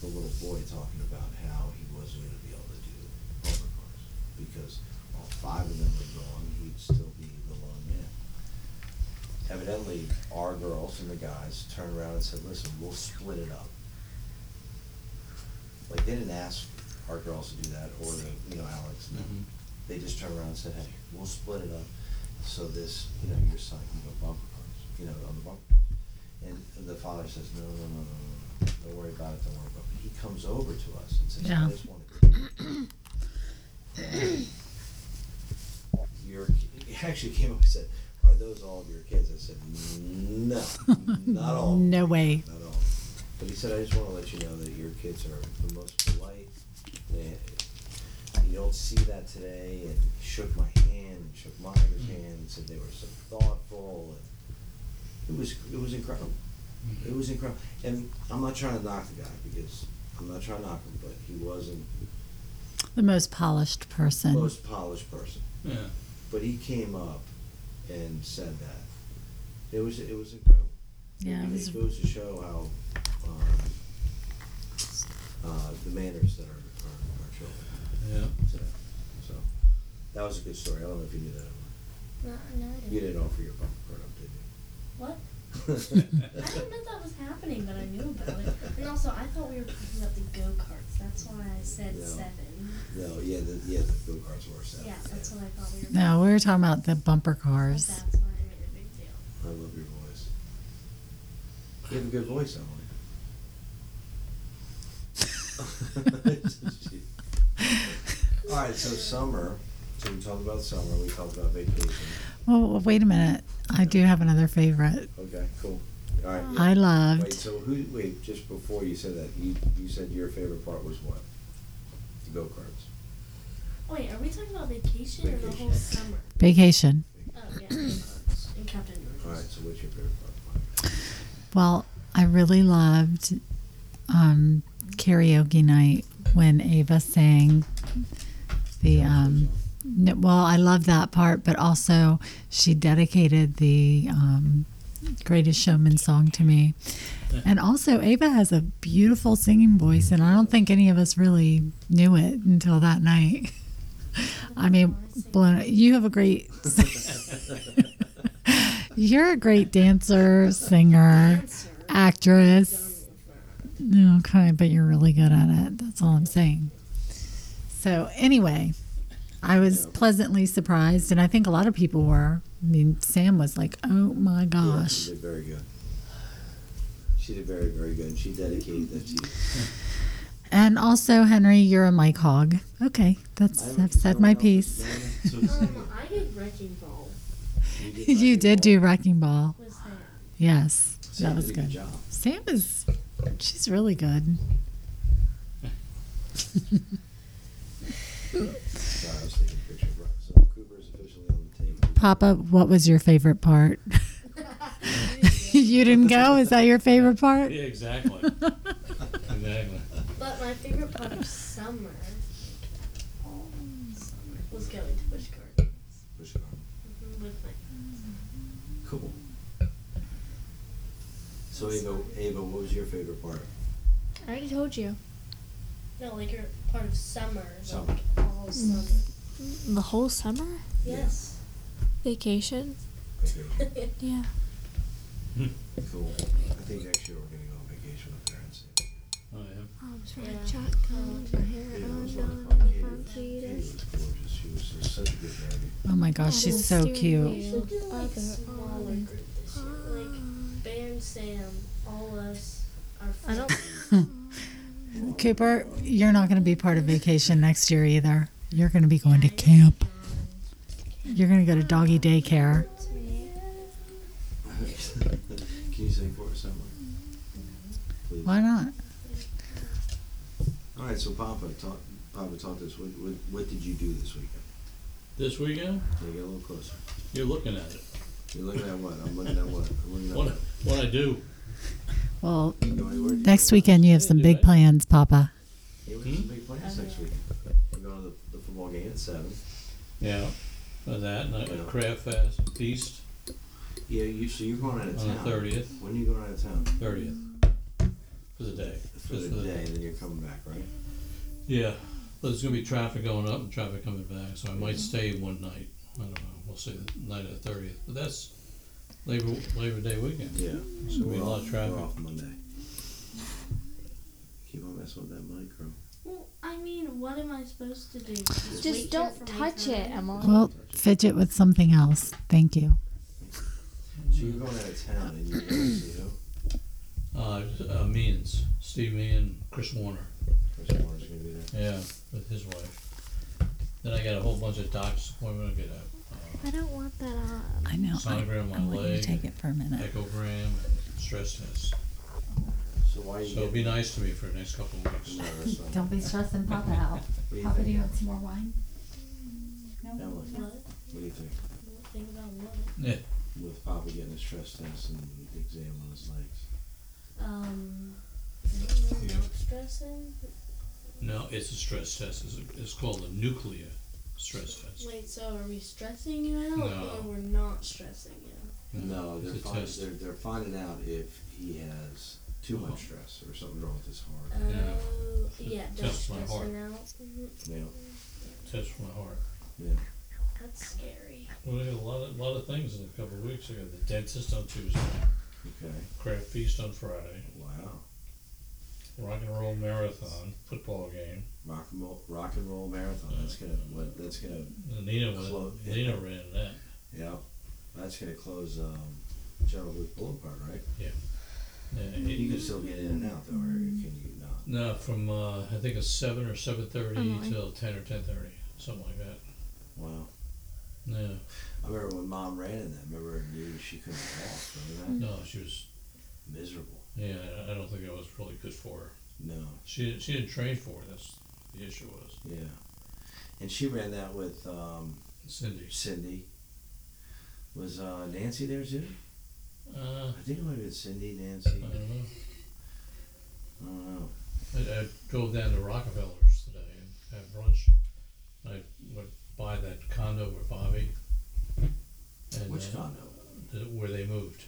the little boy talking about how he wasn't going to be able to do bumper cars because all five of them were gone, he'd still be the lone man. Evidently, our girls and the guys turned around and said, "Listen, we'll split it up." Like they didn't ask our girls to do that or the, you know Alex. No Mhm. they just turned around and said, hey, we'll split it up. so this, you know, your son can go bumper cars, you know, on the bumper cars. And the father says, no, no, no, no, no, no, don't worry about it, don't worry about it. He comes over to us and says, Yeah. I just want to. Your, ki- he actually came up and said, are those all of your kids? I said, no, not all. of them." No way. Not all. But he said, I just want to let you know that your kids are the most polite. They, you don't see that today. And he shook my hand and shook Monica's Mm-hmm. hand and said they were so thoughtful. And it was it was incredible. It Mm-hmm. was incredible. And I'm not trying to knock the guy because I'm not trying to knock him, but he wasn't The most polished the person. most polished person. Yeah. But he came up and said that. It was it was incredible. yeah, it And was it goes to show how um, uh, the manners that are, are, are children Yeah. today. So that was a good story. I don't know if you knew that. Or not. No, no, I You didn't. didn't offer your bumper card up, did What? you? I didn't know that was happening, but I knew about it. And also, I thought we were picking up the go karts. That's why I said No. seven. no, yeah, the, yeah, the go karts were set. Yeah, that's what I thought we were. No, we were talking about the bumper But cars. That's why I made a big deal. I love your voice. You have a good voice, Emily. All right, so summer. So we talked about summer. We talked about vacation. Well, wait a minute. I do have another favorite. Okay, cool. All right. Um, yeah. I Wait, loved. so who, wait, just before you said that, you, you said your favorite part was what? The go-karts. Wait, are we talking about vacation or the whole Vacation. summer? Vacation. Oh, yeah. go-karts and Captain All right, George's. so what's your favorite part? Well, I really loved um, karaoke night when Ava sang the. Um, n- well, I love that part, but also she dedicated the um, Greatest Showman song to me. Mm-hmm. And also, Ava has a beautiful singing voice, and I don't think any of us really knew it until that night. I mean, blown, you have a great. You're a great dancer, singer, Answer. Done actress. with that. Okay, but you're really good at it. That's all I'm saying. So, anyway, I was pleasantly surprised, and I think a lot of people were. I mean, Sam was like, oh my Yeah, gosh. She did very good. She did very, very good, and she dedicated that to you. And also, Henry, you're a mic hog. I Okay, that's don't I've think said my someone else piece. is doing it, so Um, I did wrecking ball. you did you very did well. do wrecking ball. Was that? Yes, So you that was did a good. job. Sam is, she's really good. Sorry, I was taking a picture. of Rob. So Cooper's officially on the table. Papa, what was your favorite part? you didn't go. Is that your favorite part? Yeah, exactly. exactly. But my favorite part of summer was going to Busch Gardens Push it on. Mhm, with my Cool. So Ava, Ava, what was your favorite part? I already told you. no like your part of summer Summer. like all summer. The whole summer? Yes. Vacation? Vacation. Yeah. Cool. I think actually we're gonna go on vacation with parents. Oh, yeah. I was Yeah. chalk Um, my hair Yeah, it undone was and like- the front She seat. was gorgeous. She was just such a good baby. Oh my gosh, Yeah, she's the so steering cute. wheel. We should do like Other a smaller on. group this year. Like Baron Sam, all us, our I don't- friends. Cooper, you're not going to be part of vacation next year either. You're going to be going to Yeah, I- camp. You're going to go to doggy daycare. It's me. Can you sing for us, Emily? Please. Why not? All right. So Papa, talk. Papa, talk to us. What, what, what did you do this weekend? This weekend, Can you get a little closer? you're looking at it. You're looking at what? I'm looking at what? I'm looking at What, what? what I do. Well, You go anywhere? Do you next go- weekend you have some big plans, Papa. Yeah, we have some Hmm? big plans next weekend. We're going to the, the football game at seven. Yeah. Uh, That and a Yeah. crab fest feast Yeah. You. So you're going out of on the town. thirtieth. When are you going out of town? Thirtieth. For the day. For Just the day, and then you're coming back, right? Yeah. But there's gonna be traffic going up and traffic coming back, so I Mm-hmm. might stay one night. I don't know. We'll see the night of the thirtieth. But that's Labor Labor Day weekend. Yeah. So we're we off, lost traffic. We're off Monday. Keep on messing with that mic, girl. Well, I mean, what am I supposed to do? wait Just here for don't my touch it, turn? Emily. Well, fidget with something else. Thank you. So you're going out of town and you're going to see who? Uh, uh, Means, Steve Meehan, Chris Warner. Chris Warner's going to be there. Yeah, with his wife. Then I got a whole bunch of doctor's appointment. I got I don't want that on. I know. I, Sonogram I on want you to leg. take it for a a minute. echogram and stress test. So why are you So it'll getting be nice to me for the next couple of weeks. nervous? on- be stressing Papa out. What do you think? want some more wine? Emily, What? what do you think? Think about what? Yeah, With Papa getting a stress test and the exam on his legs. Um, I don't know, Yeah. milk dressing? no, it's a stress test. It's, a, it's called a nuclear stress test. Wait, so are we stressing you out No. or we're not stressing you? No, they're it's a finding, test. they're, they're finding out if he has too mumuch stress or something wrong with his heart. Yeah. Oh, yeah, don't Test my stressing heart. out. hmm Yeah, Test for my heart. yeah. That's scary. Well, I got a lot of, lot of things in a couple of weeks. I got the dentist on Tuesday, Okay. crab feast on Friday, Wow. rock and roll marathon, football game. Rock and roll, rock and roll marathon. That's gonna what? That's gonna And Nina, Clo- went, yeah. Nina ran that. yeah. That's gonna close um, General Luke Boulevard, right? Yeah, You can it- still get in and out though, or can you not? No, from uh, I think it's seven or seven thirty Online. till ten or ten thirty, something like that. Wow. No, I remember when Mom ran in that. Remember, knew she couldn't walk. Remember no, she was. that? Miserable. Yeah, I- I don't think it was really good for her. No. She didn't. She didn't train for it. That's the issue was Yeah. And she ran that with um, Cindy. Cindy. Was uh, Nancy there too? Uh, I think it might have been Cindy, Nancy. I don't know. I don't know. I, I drove down to Rockefeller's today and had brunch. I went by that condo where Bobby. And, Which uh, condo? th- Where they moved.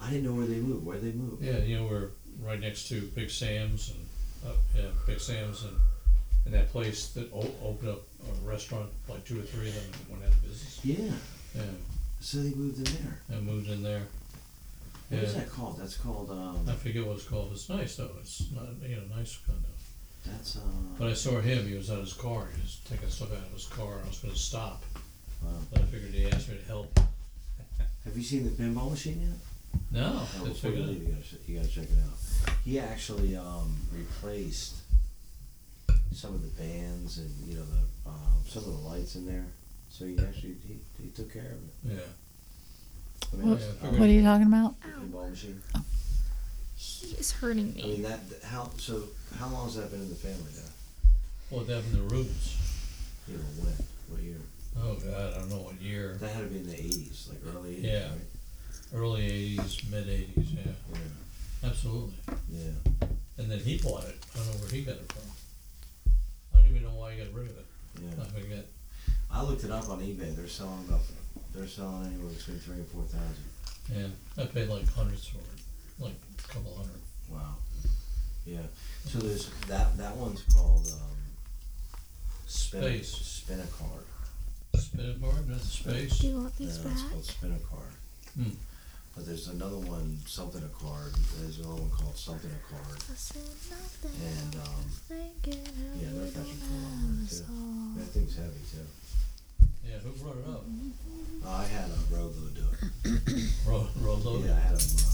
I didn't know where they moved. Where they moved? Yeah, you know, we're right next to Big Sam's and, uh, yeah, Big Sam's and, and that place that o- opened up a restaurant, like two or three of them went out of business. Yeah. Yeah, So they moved in there. and moved in there. What is Yeah. Uh, that called? That's called. Um, I forget what it's called. It's nice though. It's not, you know, nice condo. that's. Uh, But I saw him. He was on his car. He was taking stuff out of his car. I was going to stop, wow. but I figured he asked me to help. Have you seen the pinball machine yet? No, No, that's before you leave, good. you gotta, sh- you gotta check it out. He actually um, replaced some of the bands and you know the um, some of the lights in there. So he actually he, he took care of it. Yeah. I What- that's- what uh, What are you talking about? the pinball machine. He is hurting I mean that that- how so how long has that been in the family now? Well, that in the roots. You know when what year? Oh God, I don't know what year. That had to be in the eighties, like early eighties, Yeah. right? Early '80s, mid '80s. Yeah, Yeah. absolutely. Yeah. And then he bought it. I don't know where he got it from. I don't even know why he got rid of it. Yeah. I forget. I looked it up on eBay. They're selling about they're selling anywhere between three and four thousand. Yeah, I paid like hundreds for it, like a couple hundred. Wow. Yeah. So there's that that one's called um spin Space. spin a card. Spin it bar, not the space. Do you want these No, back? it's called spin a card. Hmm. But there's another one, something a card. There's another one called something a card. I said nothing. And um Thinking how Yeah, they're we fetching don't for a long run, have too. us all. that thing's heavy too. Oh, Yeah, who brought it up? I had a Rolo do it. Ro- Rolo. Yeah, I had them. Uh,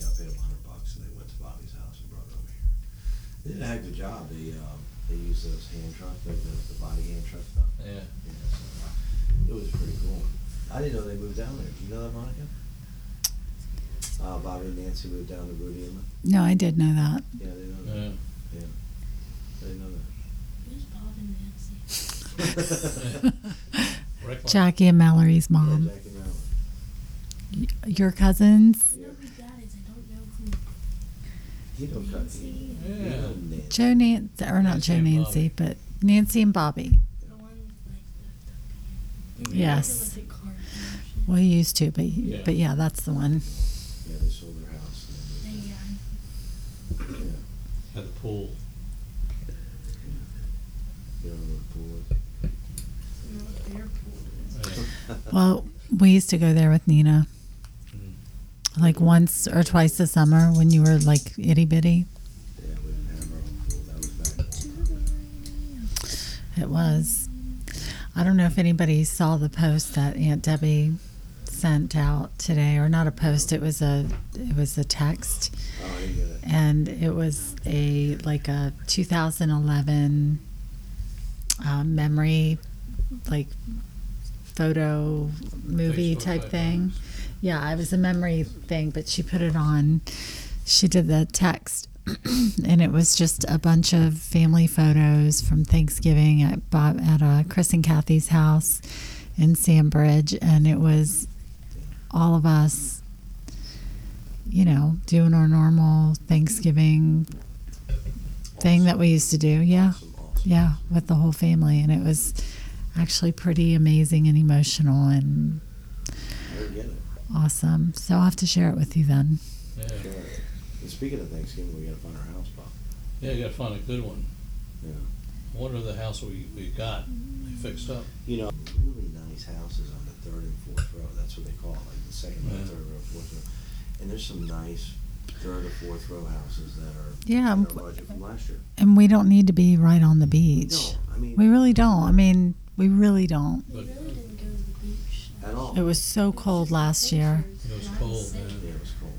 yeah, I paid them a hundred bucks, and they went to Bobby's house and brought it over here. They did a heck of a job. They um, they used those hand truck, the, the, the body hand truck stuff. Yeah. Yeah, so it was pretty cool. I didn't know they moved down there. You know that, Monica? Uh, Bobby and Nancy moved down to Rudy Inlet. No, I did know that. Yeah, they know that. Yeah. They know Who's Bob and Nancy? that. Rick Lyon. Jackie and Mallory's Yeah, mom. Jackie Mallon. Y- Your cousins? I Yeah. know who that is. I don't know who. He don't cut. He, he Yeah. don't Nancy. Joe Nancy, or not Nancy Joe and Nancy, Bobby. but Nancy and Bobby. The one like the, the Yes. Like a car Well, he used to, but Yeah. but yeah, that's the one. Yeah, they sold their house. And They, uh, um, they moved. Yeah. At the pool. You don't know what pool is. you know, their pool is. Yeah. Well, we used to go there with Nina, Mm. like once or twice a summer when you were like itty bitty. Yeah, we didn't have our own pool. That was back It was. I don't know if anybody saw the post that Aunt Debbie sent out today, or not a post. It was a it was a text, Oh, I didn't get it. and it was a like a 2011 uh, memory, like photo movie Facebook type thing. Yeah, it was a memory thing, but she put it on. She did the text, and it was just a bunch of family photos from Thanksgiving at Bob at uh, Chris and Kathy's house in Sandbridge, and it was all of us, you know, doing our normal Thanksgiving thing that we used to do. Yeah, Awesome, awesome. yeah, with the whole family, and it was actually pretty amazing and emotional and I didn't get it. awesome. So I'll have to share it with you then. Yeah, Sure. And speaking of Thanksgiving, we gotta find our house, Bob. yeah, you gotta find a good one. Yeah. I wonder the house we, we got, they fixed up. You know, really nice houses on the third and fourth row. That's what they call it, like the second row, Yeah. third row, fourth row. And there's some nice third or fourth row houses that are Yeah, in um, our budget from last year. and we don't need to be right on the beach. No, I mean We really don't. I mean, we really don't. We But- really didn't go to the beach. at all. It was so cold last year. It was cold, man. Yeah, it was cold.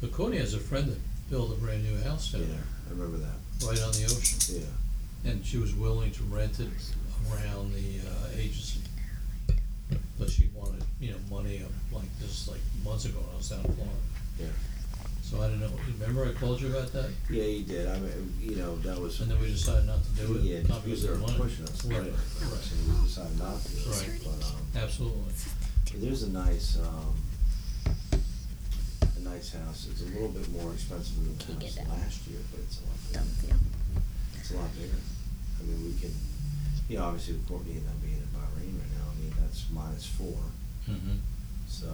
But Courtney has a friend that built a brand new house Yeah, down there, I remember that. right on the ocean. Yeah. And she was willing to rent it around the uh, agency. But she wanted, you know, money up like this, like months ago when I was down in Florida. Yeah. So I don't know, remember I told you about that? Yeah, you did. I mean, you know, that was. And then we decided not to do Yeah, it, not because because they were of the money. pushing us. Right, Right. right. So we decided not to. do it, Right. But, um, Absolutely. But There's a nice, um, a nice house. It's a little bit more expensive than the Take house it down. last year, but it's a lot bigger. Don't feel. It's a lot bigger. I mean, we can, you know, obviously with Courtney and them being in Bahrain right now, I mean, that's minus four. Mhm. So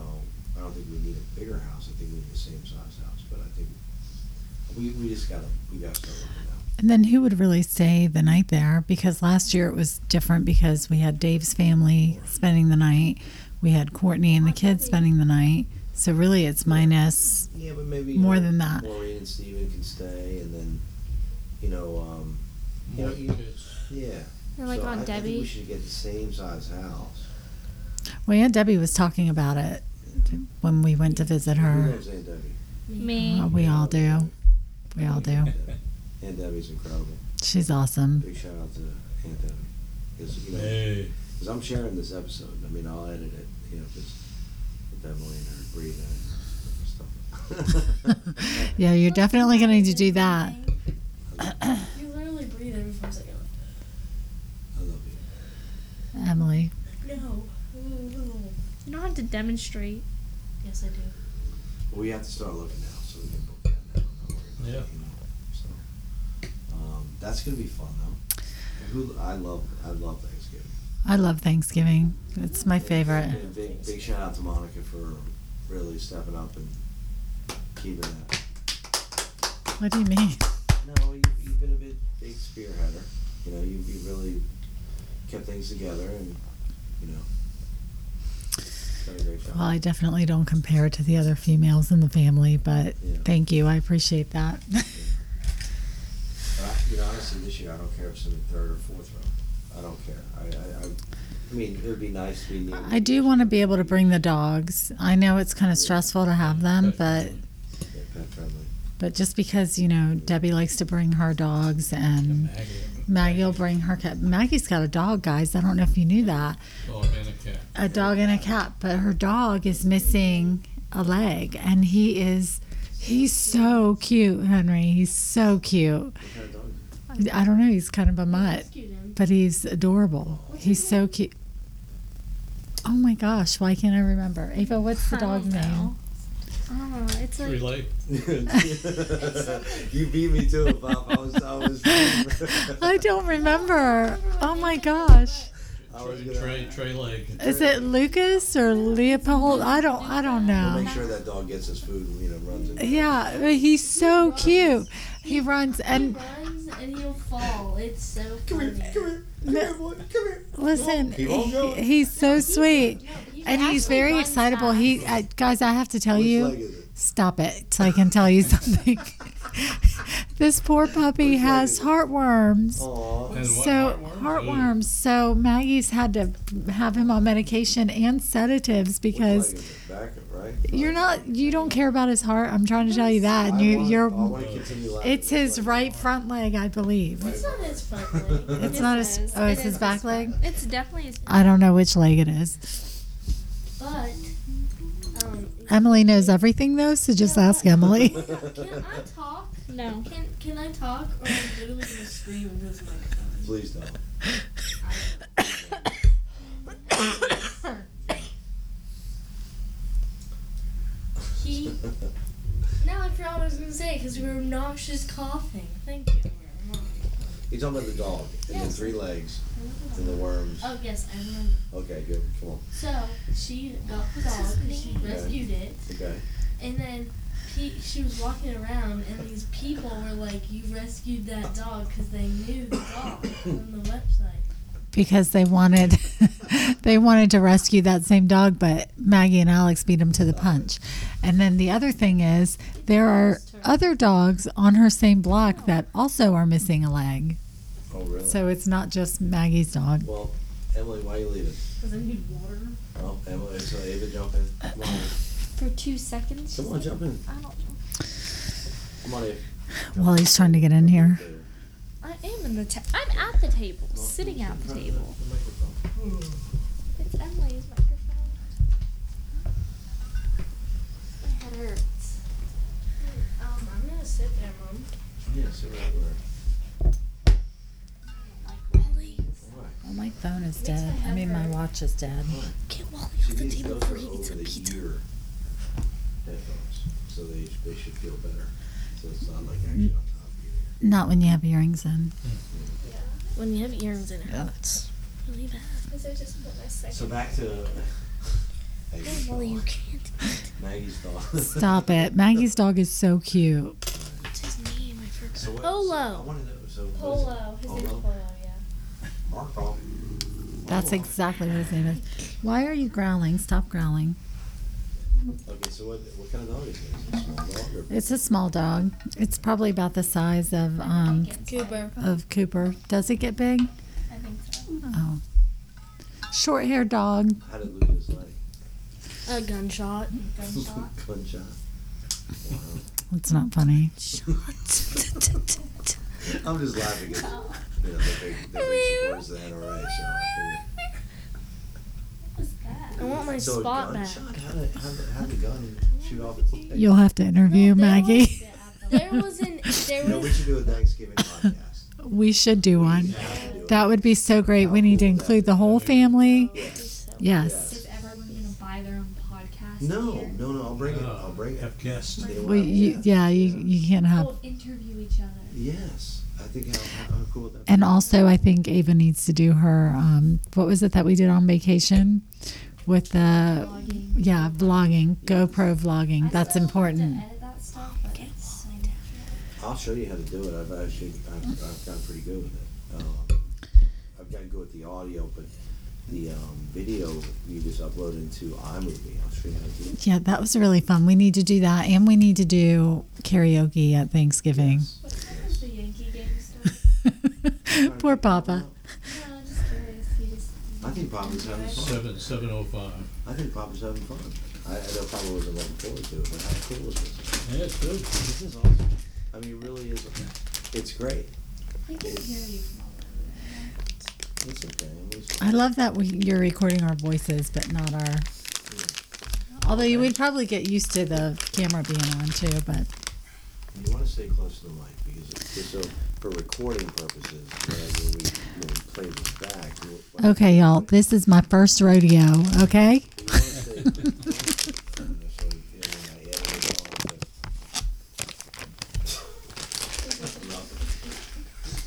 I don't think we need a bigger house. I think we need the same size house, but I think we, we just gotta, we gotta start looking out. And then who would really stay the night there? Because last year it was different because we had Dave's family spending the night, we had Courtney and the kids spending the night. So really, it's minus. Yeah, but maybe. uh, More than that. Maureen and Steven can stay and then, you know, um, You know, More you- kids. yeah. Or like So I- Aunt I think we Debbie. should get the same size house. Well, Aunt Debbie was talking about it when we went to visit Who her. loves Aunt Debbie? Uh, Me. we all do. We all do. Aunt Debbie's incredible. She's awesome. Big shout out to Aunt Debbie. Because you know, Hey, 'cause I'm sharing this episode. I mean, I'll edit it. You know, because the devil in her breathing and stuff. Yeah, you're definitely going to need to do that. You literally breathe every four seconds. I love you. Emily, No. You don't have to demonstrate. Yes, I do. Well, we have to start looking now, so we can book that now. Don't worry about Yeah. it, you know, so um, that's gonna be fun though. And Who I love, I love Thanksgiving. I love Thanksgiving. It's my favorite. And big, big shout out to Monica for really stepping up and keeping that. What do you mean? No, you, you've been a bit big spearheader. You know, you, you really kept things together, and you know, done a great job. Well, I definitely don't compare to the other females in the family, but Yeah. thank you. I appreciate that. But I, you know, honestly, this year I don't care if it's in the third or fourth row. I don't care. I, I, I, I mean, it would be nice to be near. I do want to be able to bring the dogs. I know it's kind of stressful to have them, but Yeah, pet friendly. but just because you know Debbie likes to bring her dogs and Maggie. Um, Maggie will bring her cat. Maggie's got a dog, guys. I don't know if you knew that. Oh, and a cat. a dog and a cat, but her dog is missing a leg, and he is he's so cute, Henry. He's so cute. What kind of dog? is it? I don't know. He's kind of a mutt, Rescued him. but he's adorable. He's so cute. Oh my gosh, why can't I remember? Ava, what's the I don't dog's name? know. Oh, it's like Relay. you beat me to it, Bob. I was, I was, I don't remember. Oh my gosh. I was Trey, gonna. Trey, Trey Leg. Is it Lucas or Leopold? I don't I don't know. We'll make sure that dog gets his food and you know runs. It. Yeah, but he's so cute. He runs and runs and he'll fall. It's so Come here, funny. come here, come here, boy, come here. Listen, He won't he- go. he's so sweet, No, he and he's actually very runs excitable. fast. He, I, guys, I have to tell Which you, leg is it? stop it. So I can tell you something. This poor puppy Looks like has it. Oh. heartworms. Aw. And what, so heartworms? heartworms. So Maggie's had to have him on medication and sedatives because Looks like it's a backup, right? you're not you don't care about his heart. I'm trying to tell you that. And I you wanna- I you're wanna continue laughing. it's his right front leg, I believe. It's not his front leg. It's not his his. oh, It it's his is back his leg. It's definitely his I don't know which leg it is. But um, Emily knows everything though, so just ask Emily. can I talk? No. Can Can I talk? Or I'm literally gonna scream in this microphone. Please don't. He. Now I forgot what I was gonna say because we were obnoxious coughing. Thank you. You're talking about the dog and the three legs and the worms. Oh yes, I remember. Okay, good. Come on. So she got the dog. She rescued it. Okay. And then pe- she was walking around, and these people were like, "You rescued that dog because they knew the dog from the website." because they wanted they wanted to rescue that same dog, but Maggie and Alex beat him to the punch. And then the other thing is there are other dogs on her same block that also are missing a leg. Oh, really? So it's not just Maggie's dog. well, Emily, why are you leaving? Does it need water? Oh, Emily, so Ava, jump in. Come on, For two seconds. Come on, jump in. I don't know. Come on, Ava. While he's trying to get in here. I am in the. Ta- I'm at the table, sitting at the table. The microphone. It's Emily's microphone. My head hurts. Um, I'm gonna sit there, mom. Yeah, sit right where. Like Wally, Why? Well, my phone is dead. I mean, my watch is dead. get Wally See, these those are over the ear headphones, so they, they should feel better. So it's not like actually on top of your ear. Not when you have earrings in. When you have earrings in it, Yeah, it's really bad. Is it just my second? So back to Maggie's Wally, you dog. can't eat Maggie's dog. Stop it. Maggie's dog is so cute. What's his name. I forgot. So what- Polo. I wanted to, so. what is it? Polo? yeah. Mark Polo. That's Polo. exactly what his name is. Why are you growling? Stop growling. Okay, so what, what kind of dog is it? Is it a small dog or? It's a small dog. It's probably about the size of um Cooper. of Cooper. Does it get big? I think so. Oh. Short haired dog. How did Luke his leg? A gunshot. Gunshot. Gunshot. It's not funny. I'm just laughing at, you know, the big, the big supporters of the NRA, so. I I want my figured- So a spot back. gunshot? How did, how did, how did the gun shoot off its leg? You'll have to interview No, there Maggie. There was an there You know, we was should do a Thanksgiving podcast. We should do one. That would be so great. We need to include the whole family. Yes. Is everyone gonna buy their own podcast? No, here? no, no, I'll bring it, I'll bring it. Uh, Have guests. They Well, will you, have- yeah, you, you can't have. We'll interview each other. Yes, I think how, how cool would that be? And also, I think Ava needs to do her. Um, what was it that we did on vacation with the? Vlogging. Yeah, vlogging, GoPro vlogging. That's important. Edit that stuff, but it's so I'll show you how to do it. I've actually, I've, I've gotten pretty good with it. Um, I've gotten good with the audio, but the um, video you just upload into iMovie. I'll show you how to do it. Yeah, that was really fun. We need to do that, and we need to do karaoke at Thanksgiving. Yes. What time is the Yankee game start? Poor Papa. No, I'm just curious. You just I think Papa's having fun. Seven, seven oh five. I think Papa's having fun. I, I know Papa wasn't looking forward to it, but how cool is this? Yeah, it's good. This is awesome. I mean, it really is. It's great. I can hear you from all over. It's okay. It was, I love that we, you're recording our voices, but not our. Although you would probably get used to the camera being on too, but you want to stay close to the mic because it's just so for recording purposes, uh, when we, when we play this back. we'll- okay, y'all, this is my first rodeo. Okay, You wanna stay- you wanna stay- I don't know, so, you know, when I edit it, I'll have to-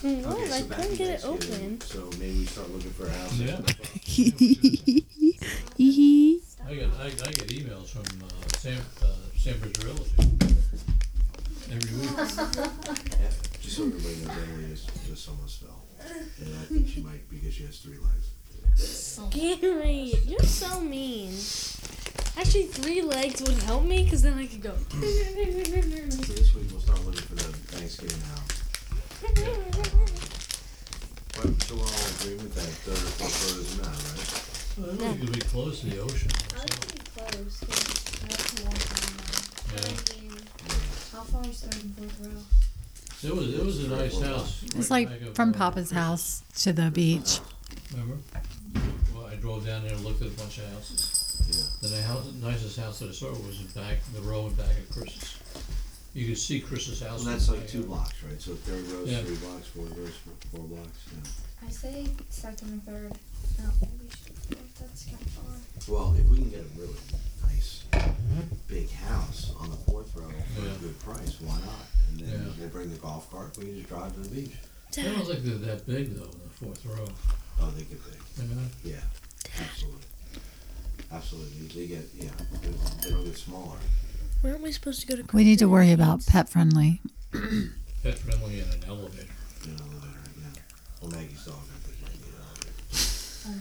no, Okay, I so back couldn't to get it Thanksgiving. open. So maybe we start looking for a house. Yeah. I get, I, I get emails from, uh, Sam, uh, Sanford's Realty. Every week. Yeah, Just so everybody knows, Emily is just almost fell. And I think she might because she has three lives. Scary. You're so mean. Actually, three legs would help me because then I could go. So this week we'll start looking for the Thanksgiving house. But so we're all in agreement that third or fourth vote is not, right? Well, I think it'd be close to the ocean. I like to be close. 'cause I like to walk on Yeah. them. How far is third and fourth row? It was, it was a nice house. It's Right back like up from there. Papa's house to the beach. Remember? Well, I drove down there and looked at a bunch of houses. Yeah. The ni- house- nicest house that I saw was the back, the road back of Chris's. You could see Chris's house. Well, from that's the like two backyard. blocks, right? So third row is Yeah. three blocks, fourth row is four- four blocks, yeah. I say second and third. No, we should. That's kind of far. Well, if we can get a really nice, big house on the fourth row for a Yeah. good price, why not? And then Yeah. we'll bring the golf cart, we can just drive to the beach. They don't look that- that big though, the fourth row. Oh, they could be. You know? Yeah, absolutely. Absolutely. They get, yeah, they don't get smaller. Where am I supposed to go to? We need to worry about pet friendly. Pet friendly and an elevator. You know, that are, yeah. Well, Maggie's dog, I think, might uh, need all of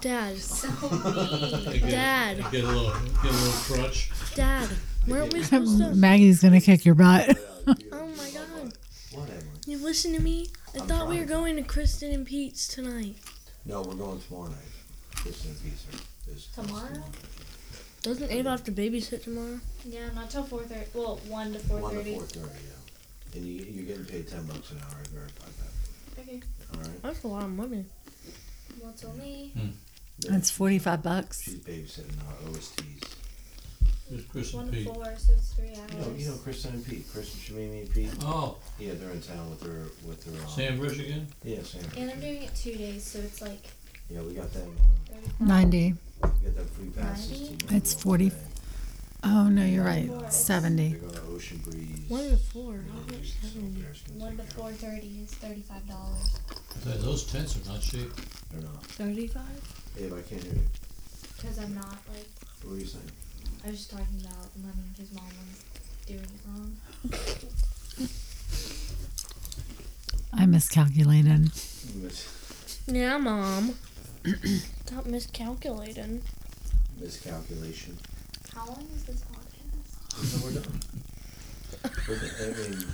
Dad, They get- Dad. they Get a little, get a little crutch. Dad, where are we supposed to? Maggie's gonna kick your butt. it. Oh my God! What, Emily? You listen to me. I I'm thought we trying. were going to Kristen and Pete's tonight. No, we're going tomorrow night. Kristen and Peter. Is, Tomorrow? Doesn't Ava have to babysit tomorrow? Yeah, not till four thirty. Well, one to four One to thirty. four thirty, yeah. And you, you're getting paid ten bucks an hour, I verified Okay. that, alright? That's a lot of money. Well, it's only That's forty five bucks. She's babysitting our OSTs. There's Chris one and to Pete. four, so it's three You know, you know hours. Kristen and Pete, Kristen, Shamimi and Pete, Oh, yeah, they're in town with their, with their, um. Sam Rich again? Yeah, Sam. And I'm doing it two days, so it's like Yeah, we got them, thirty. Ninety. uh, we got them free passes to. Ninety? New It's York 40. today. Oh no, you're right. They Seventy. go to Ocean Breeze. One to four. and How then much just is some that? bears can One to take care four thirty is thirty-five dollars. Th- Those tents are not cheap. of it. Or not. Thirty-five. Abe, I can't hear you. Cause I'm not like What were you saying? I was just talking about money because mom was doing it wrong. I miscalculated. You mis- Yeah, mom. Stop miscalculating. miscalculation. How long is this podcast? So we're done. We're, done. I mean,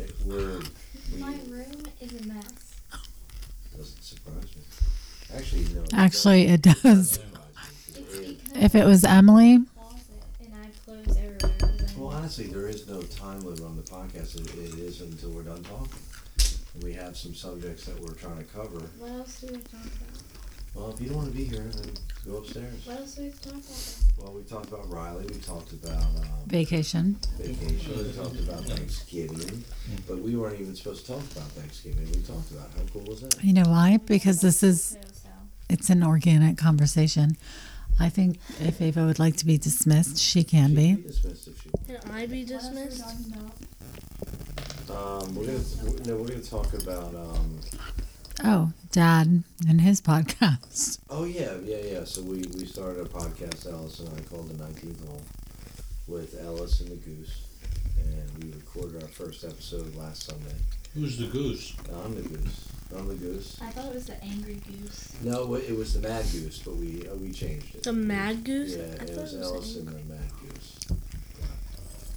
it, we're, My we, room is a mess. doesn't surprise me. Actually, no. it Actually it does. doesn't surprise me, 'cause It's Abe- because If it was Emily, the closet and I close everywhere. 'cause I- Well, honestly, there is no time limit on the podcast. It, it is until we're done talking. And we have some subjects that we're trying to cover. What else do we talk about? Well, if you don't want to be here, then go upstairs. What else do we talk about? Well, we talked about Riley. We talked about um, vacation. vacation. We talked about Thanksgiving. But we weren't even supposed to talk about Thanksgiving. We talked about how cool was that? You know why? Because this is it's an organic conversation. I think if Ava would like to be dismissed, she can She'd be. dismissed if she. Can I be dismissed? Um, we're gonna we're- no, we're gonna talk about um. Oh, Dad and his podcast. Oh yeah, yeah, yeah. So we we started a podcast, Alice and I, called the Nineteenth Hole, with Alice and the Goose, and we recorded our first episode last Sunday. Who's the goose? I'm the Goose. I'm the Goose. I thought it was the angry goose. No, it was the Mad Goose, but we uh, we changed it. The Mad Goose? Yeah, I it thought was it was Alice and Ang- the Mad Goose. I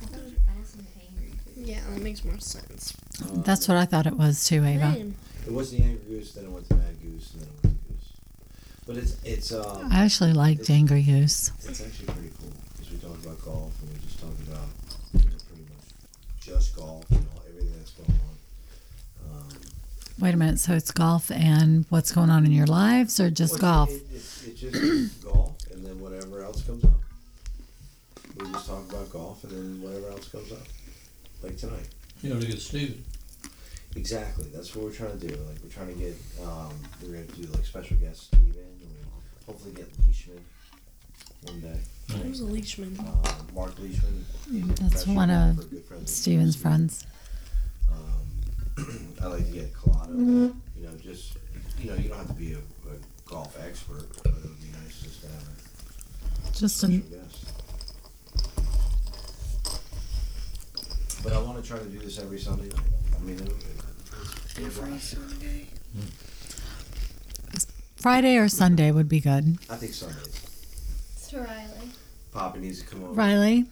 thought it was Alice and the angry goose. Yeah, that makes more sense. Um, That's what I thought it was too, Ava. Same. It was the Angry Goose, then it went to Mad Goose, and then it went to Goose. But it's it's um. I actually liked Angry Goose. It's actually pretty cool because we talked about golf and we just talked about you know, pretty much just golf and all everything that's going on. Um, Wait a minute, so it's golf and what's going on in your lives or just well, golf? it's- It, it's it's just golf and then whatever else comes up. We just talk about golf and then whatever else comes up, like tonight. You know, to get Steven. Exactly. That's what we're trying to do. Like we're trying to get, um, we're gonna do like special guests, Steven, and we'll hopefully get Leishman one day. Who's a leashman? Um, Mark Leishman. is a Mm, That's professional one of golfer, good friends with Steven's friends. Um, I like to get Colado. Mm-hmm. You know, just you know, you don't have to be a, a golf expert, but it would be nice just to have a Just special an, guest. But I want to try to do this every Sunday night. I mean, it, it, it's a blast. Sunday. Friday or Sunday would be good. I think Sundays. It's to Riley. Papa needs to come over. Riley,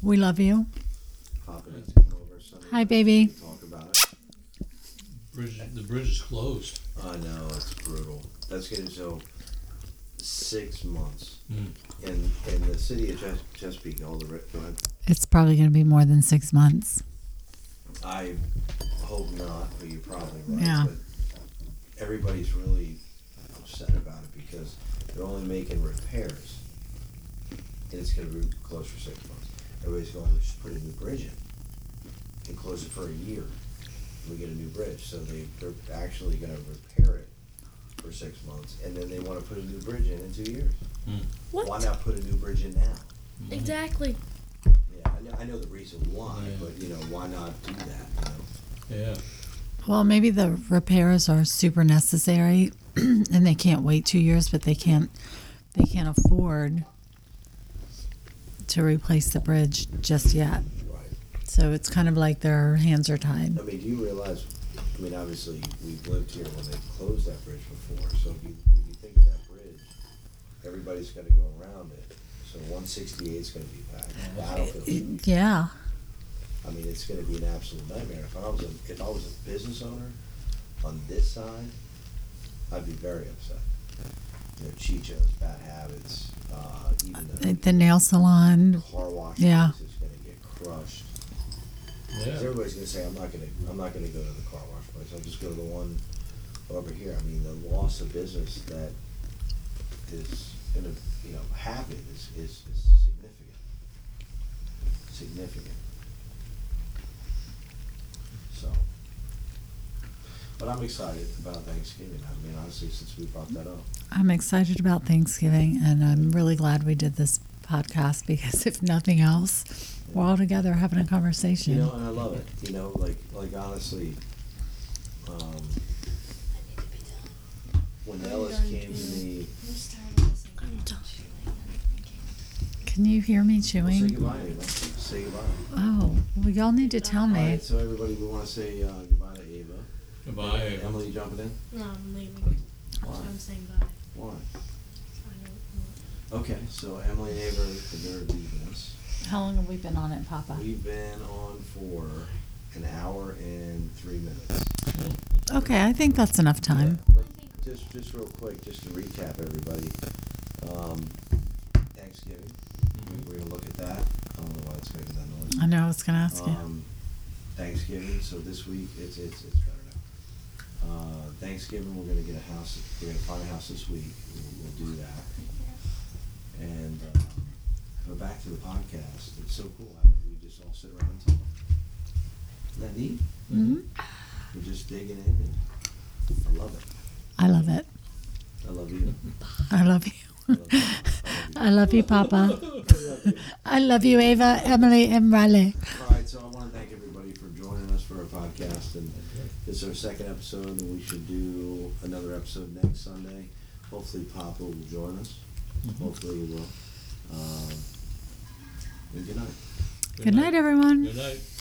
we love you. Papa needs to come over. Sunday Hi, night. We baby. can Talk about it. Bridge, the bridge is closed. I know it's brutal. That's getting so six months, Mm. and and the city of Ches- Chesapeake, all the re- go ahead. It's probably going to be more than six months. I hope not, but you're probably right. Yeah. But everybody's really uh, upset about it because they're only making repairs, and it's going to be closed for six months. Everybody's going, we should put a new bridge in and close it for a year. We get a new bridge, so they they're actually going to repair it for six months, and then they want to put a new bridge in in two years. What? Why not put a new bridge in now? Exactly. Yeah, I know, I know the reason why, Yeah. but you know, why not do that? You know. Yeah. Well, maybe the repairs are super necessary and they can't wait two years, but they can't they can't afford to replace the bridge just yet. Right. So it's kind of like their hands are tied. I mean, do you realize, I mean, obviously, we've lived here when they closed that bridge before, so if you, if you think of that bridge, everybody's gonna go around it, so one sixty-eight's gonna be packed, Battlefield, Yeah. I mean, it's gonna be an absolute nightmare, if I was a, if I was a business owner on this side, I'd be very upset. Their chichos, bad habits, uh, even Like the nail salon. the car wash place is Yeah. gonna get crushed. Because Yeah. everybody's gonna say, I'm not gonna, I'm not gonna go to the car wash place, I'll just go to the one over here. I mean, the loss of business that is gonna, you know, happen is, is, is significant. Significant. So. But I'm excited about Thanksgiving, I mean, honestly, since we brought that up. I'm excited about Thanksgiving and I'm really glad we did this podcast because if nothing else, we're all together having a conversation. You know, and I love it. You know, like like honestly, um, when Ellis came to me, Can you hear me well, say chewing? goodbye. Ava. Say goodbye. Oh, well, y'all need to tell All me. right, so everybody, we want to say uh, goodbye to Ava. Goodbye. Ava. Emily, you jumping in? No, I'm leaving. Why? I'm saying bye. Why? I don't know. Okay, so Emily and Ava, they're leaving us. How long have we been on it, Papa? We've been on for an hour and three minutes. Okay, I think that's enough time. Yeah, but Just, just real quick, just to recap everybody, um, Thanksgiving, we- Mm-hmm. we're gonna look at that, I don't know why it's making that noise. I know I was going to ask you. Um, Thanksgiving, so this week, it's, it's, it's better now. Uh, Thanksgiving, we're gonna get a house, we're gonna find a house this week, we'll, we'll do that. And, uh, but back to the podcast, it's so cool how we just all sit around and talk. Isn't that neat? hmm We're just digging in and I love it. I love it. I love you. I love you. I love you, Papa. I love you, Ava, Emily, and Riley. All right, so I want to thank everybody for joining us for our podcast, and this is our second episode, and we should do another episode next Sunday. Hopefully, Papa will join us. Hopefully, he will. Um, and good night. Good night, everyone. Good night.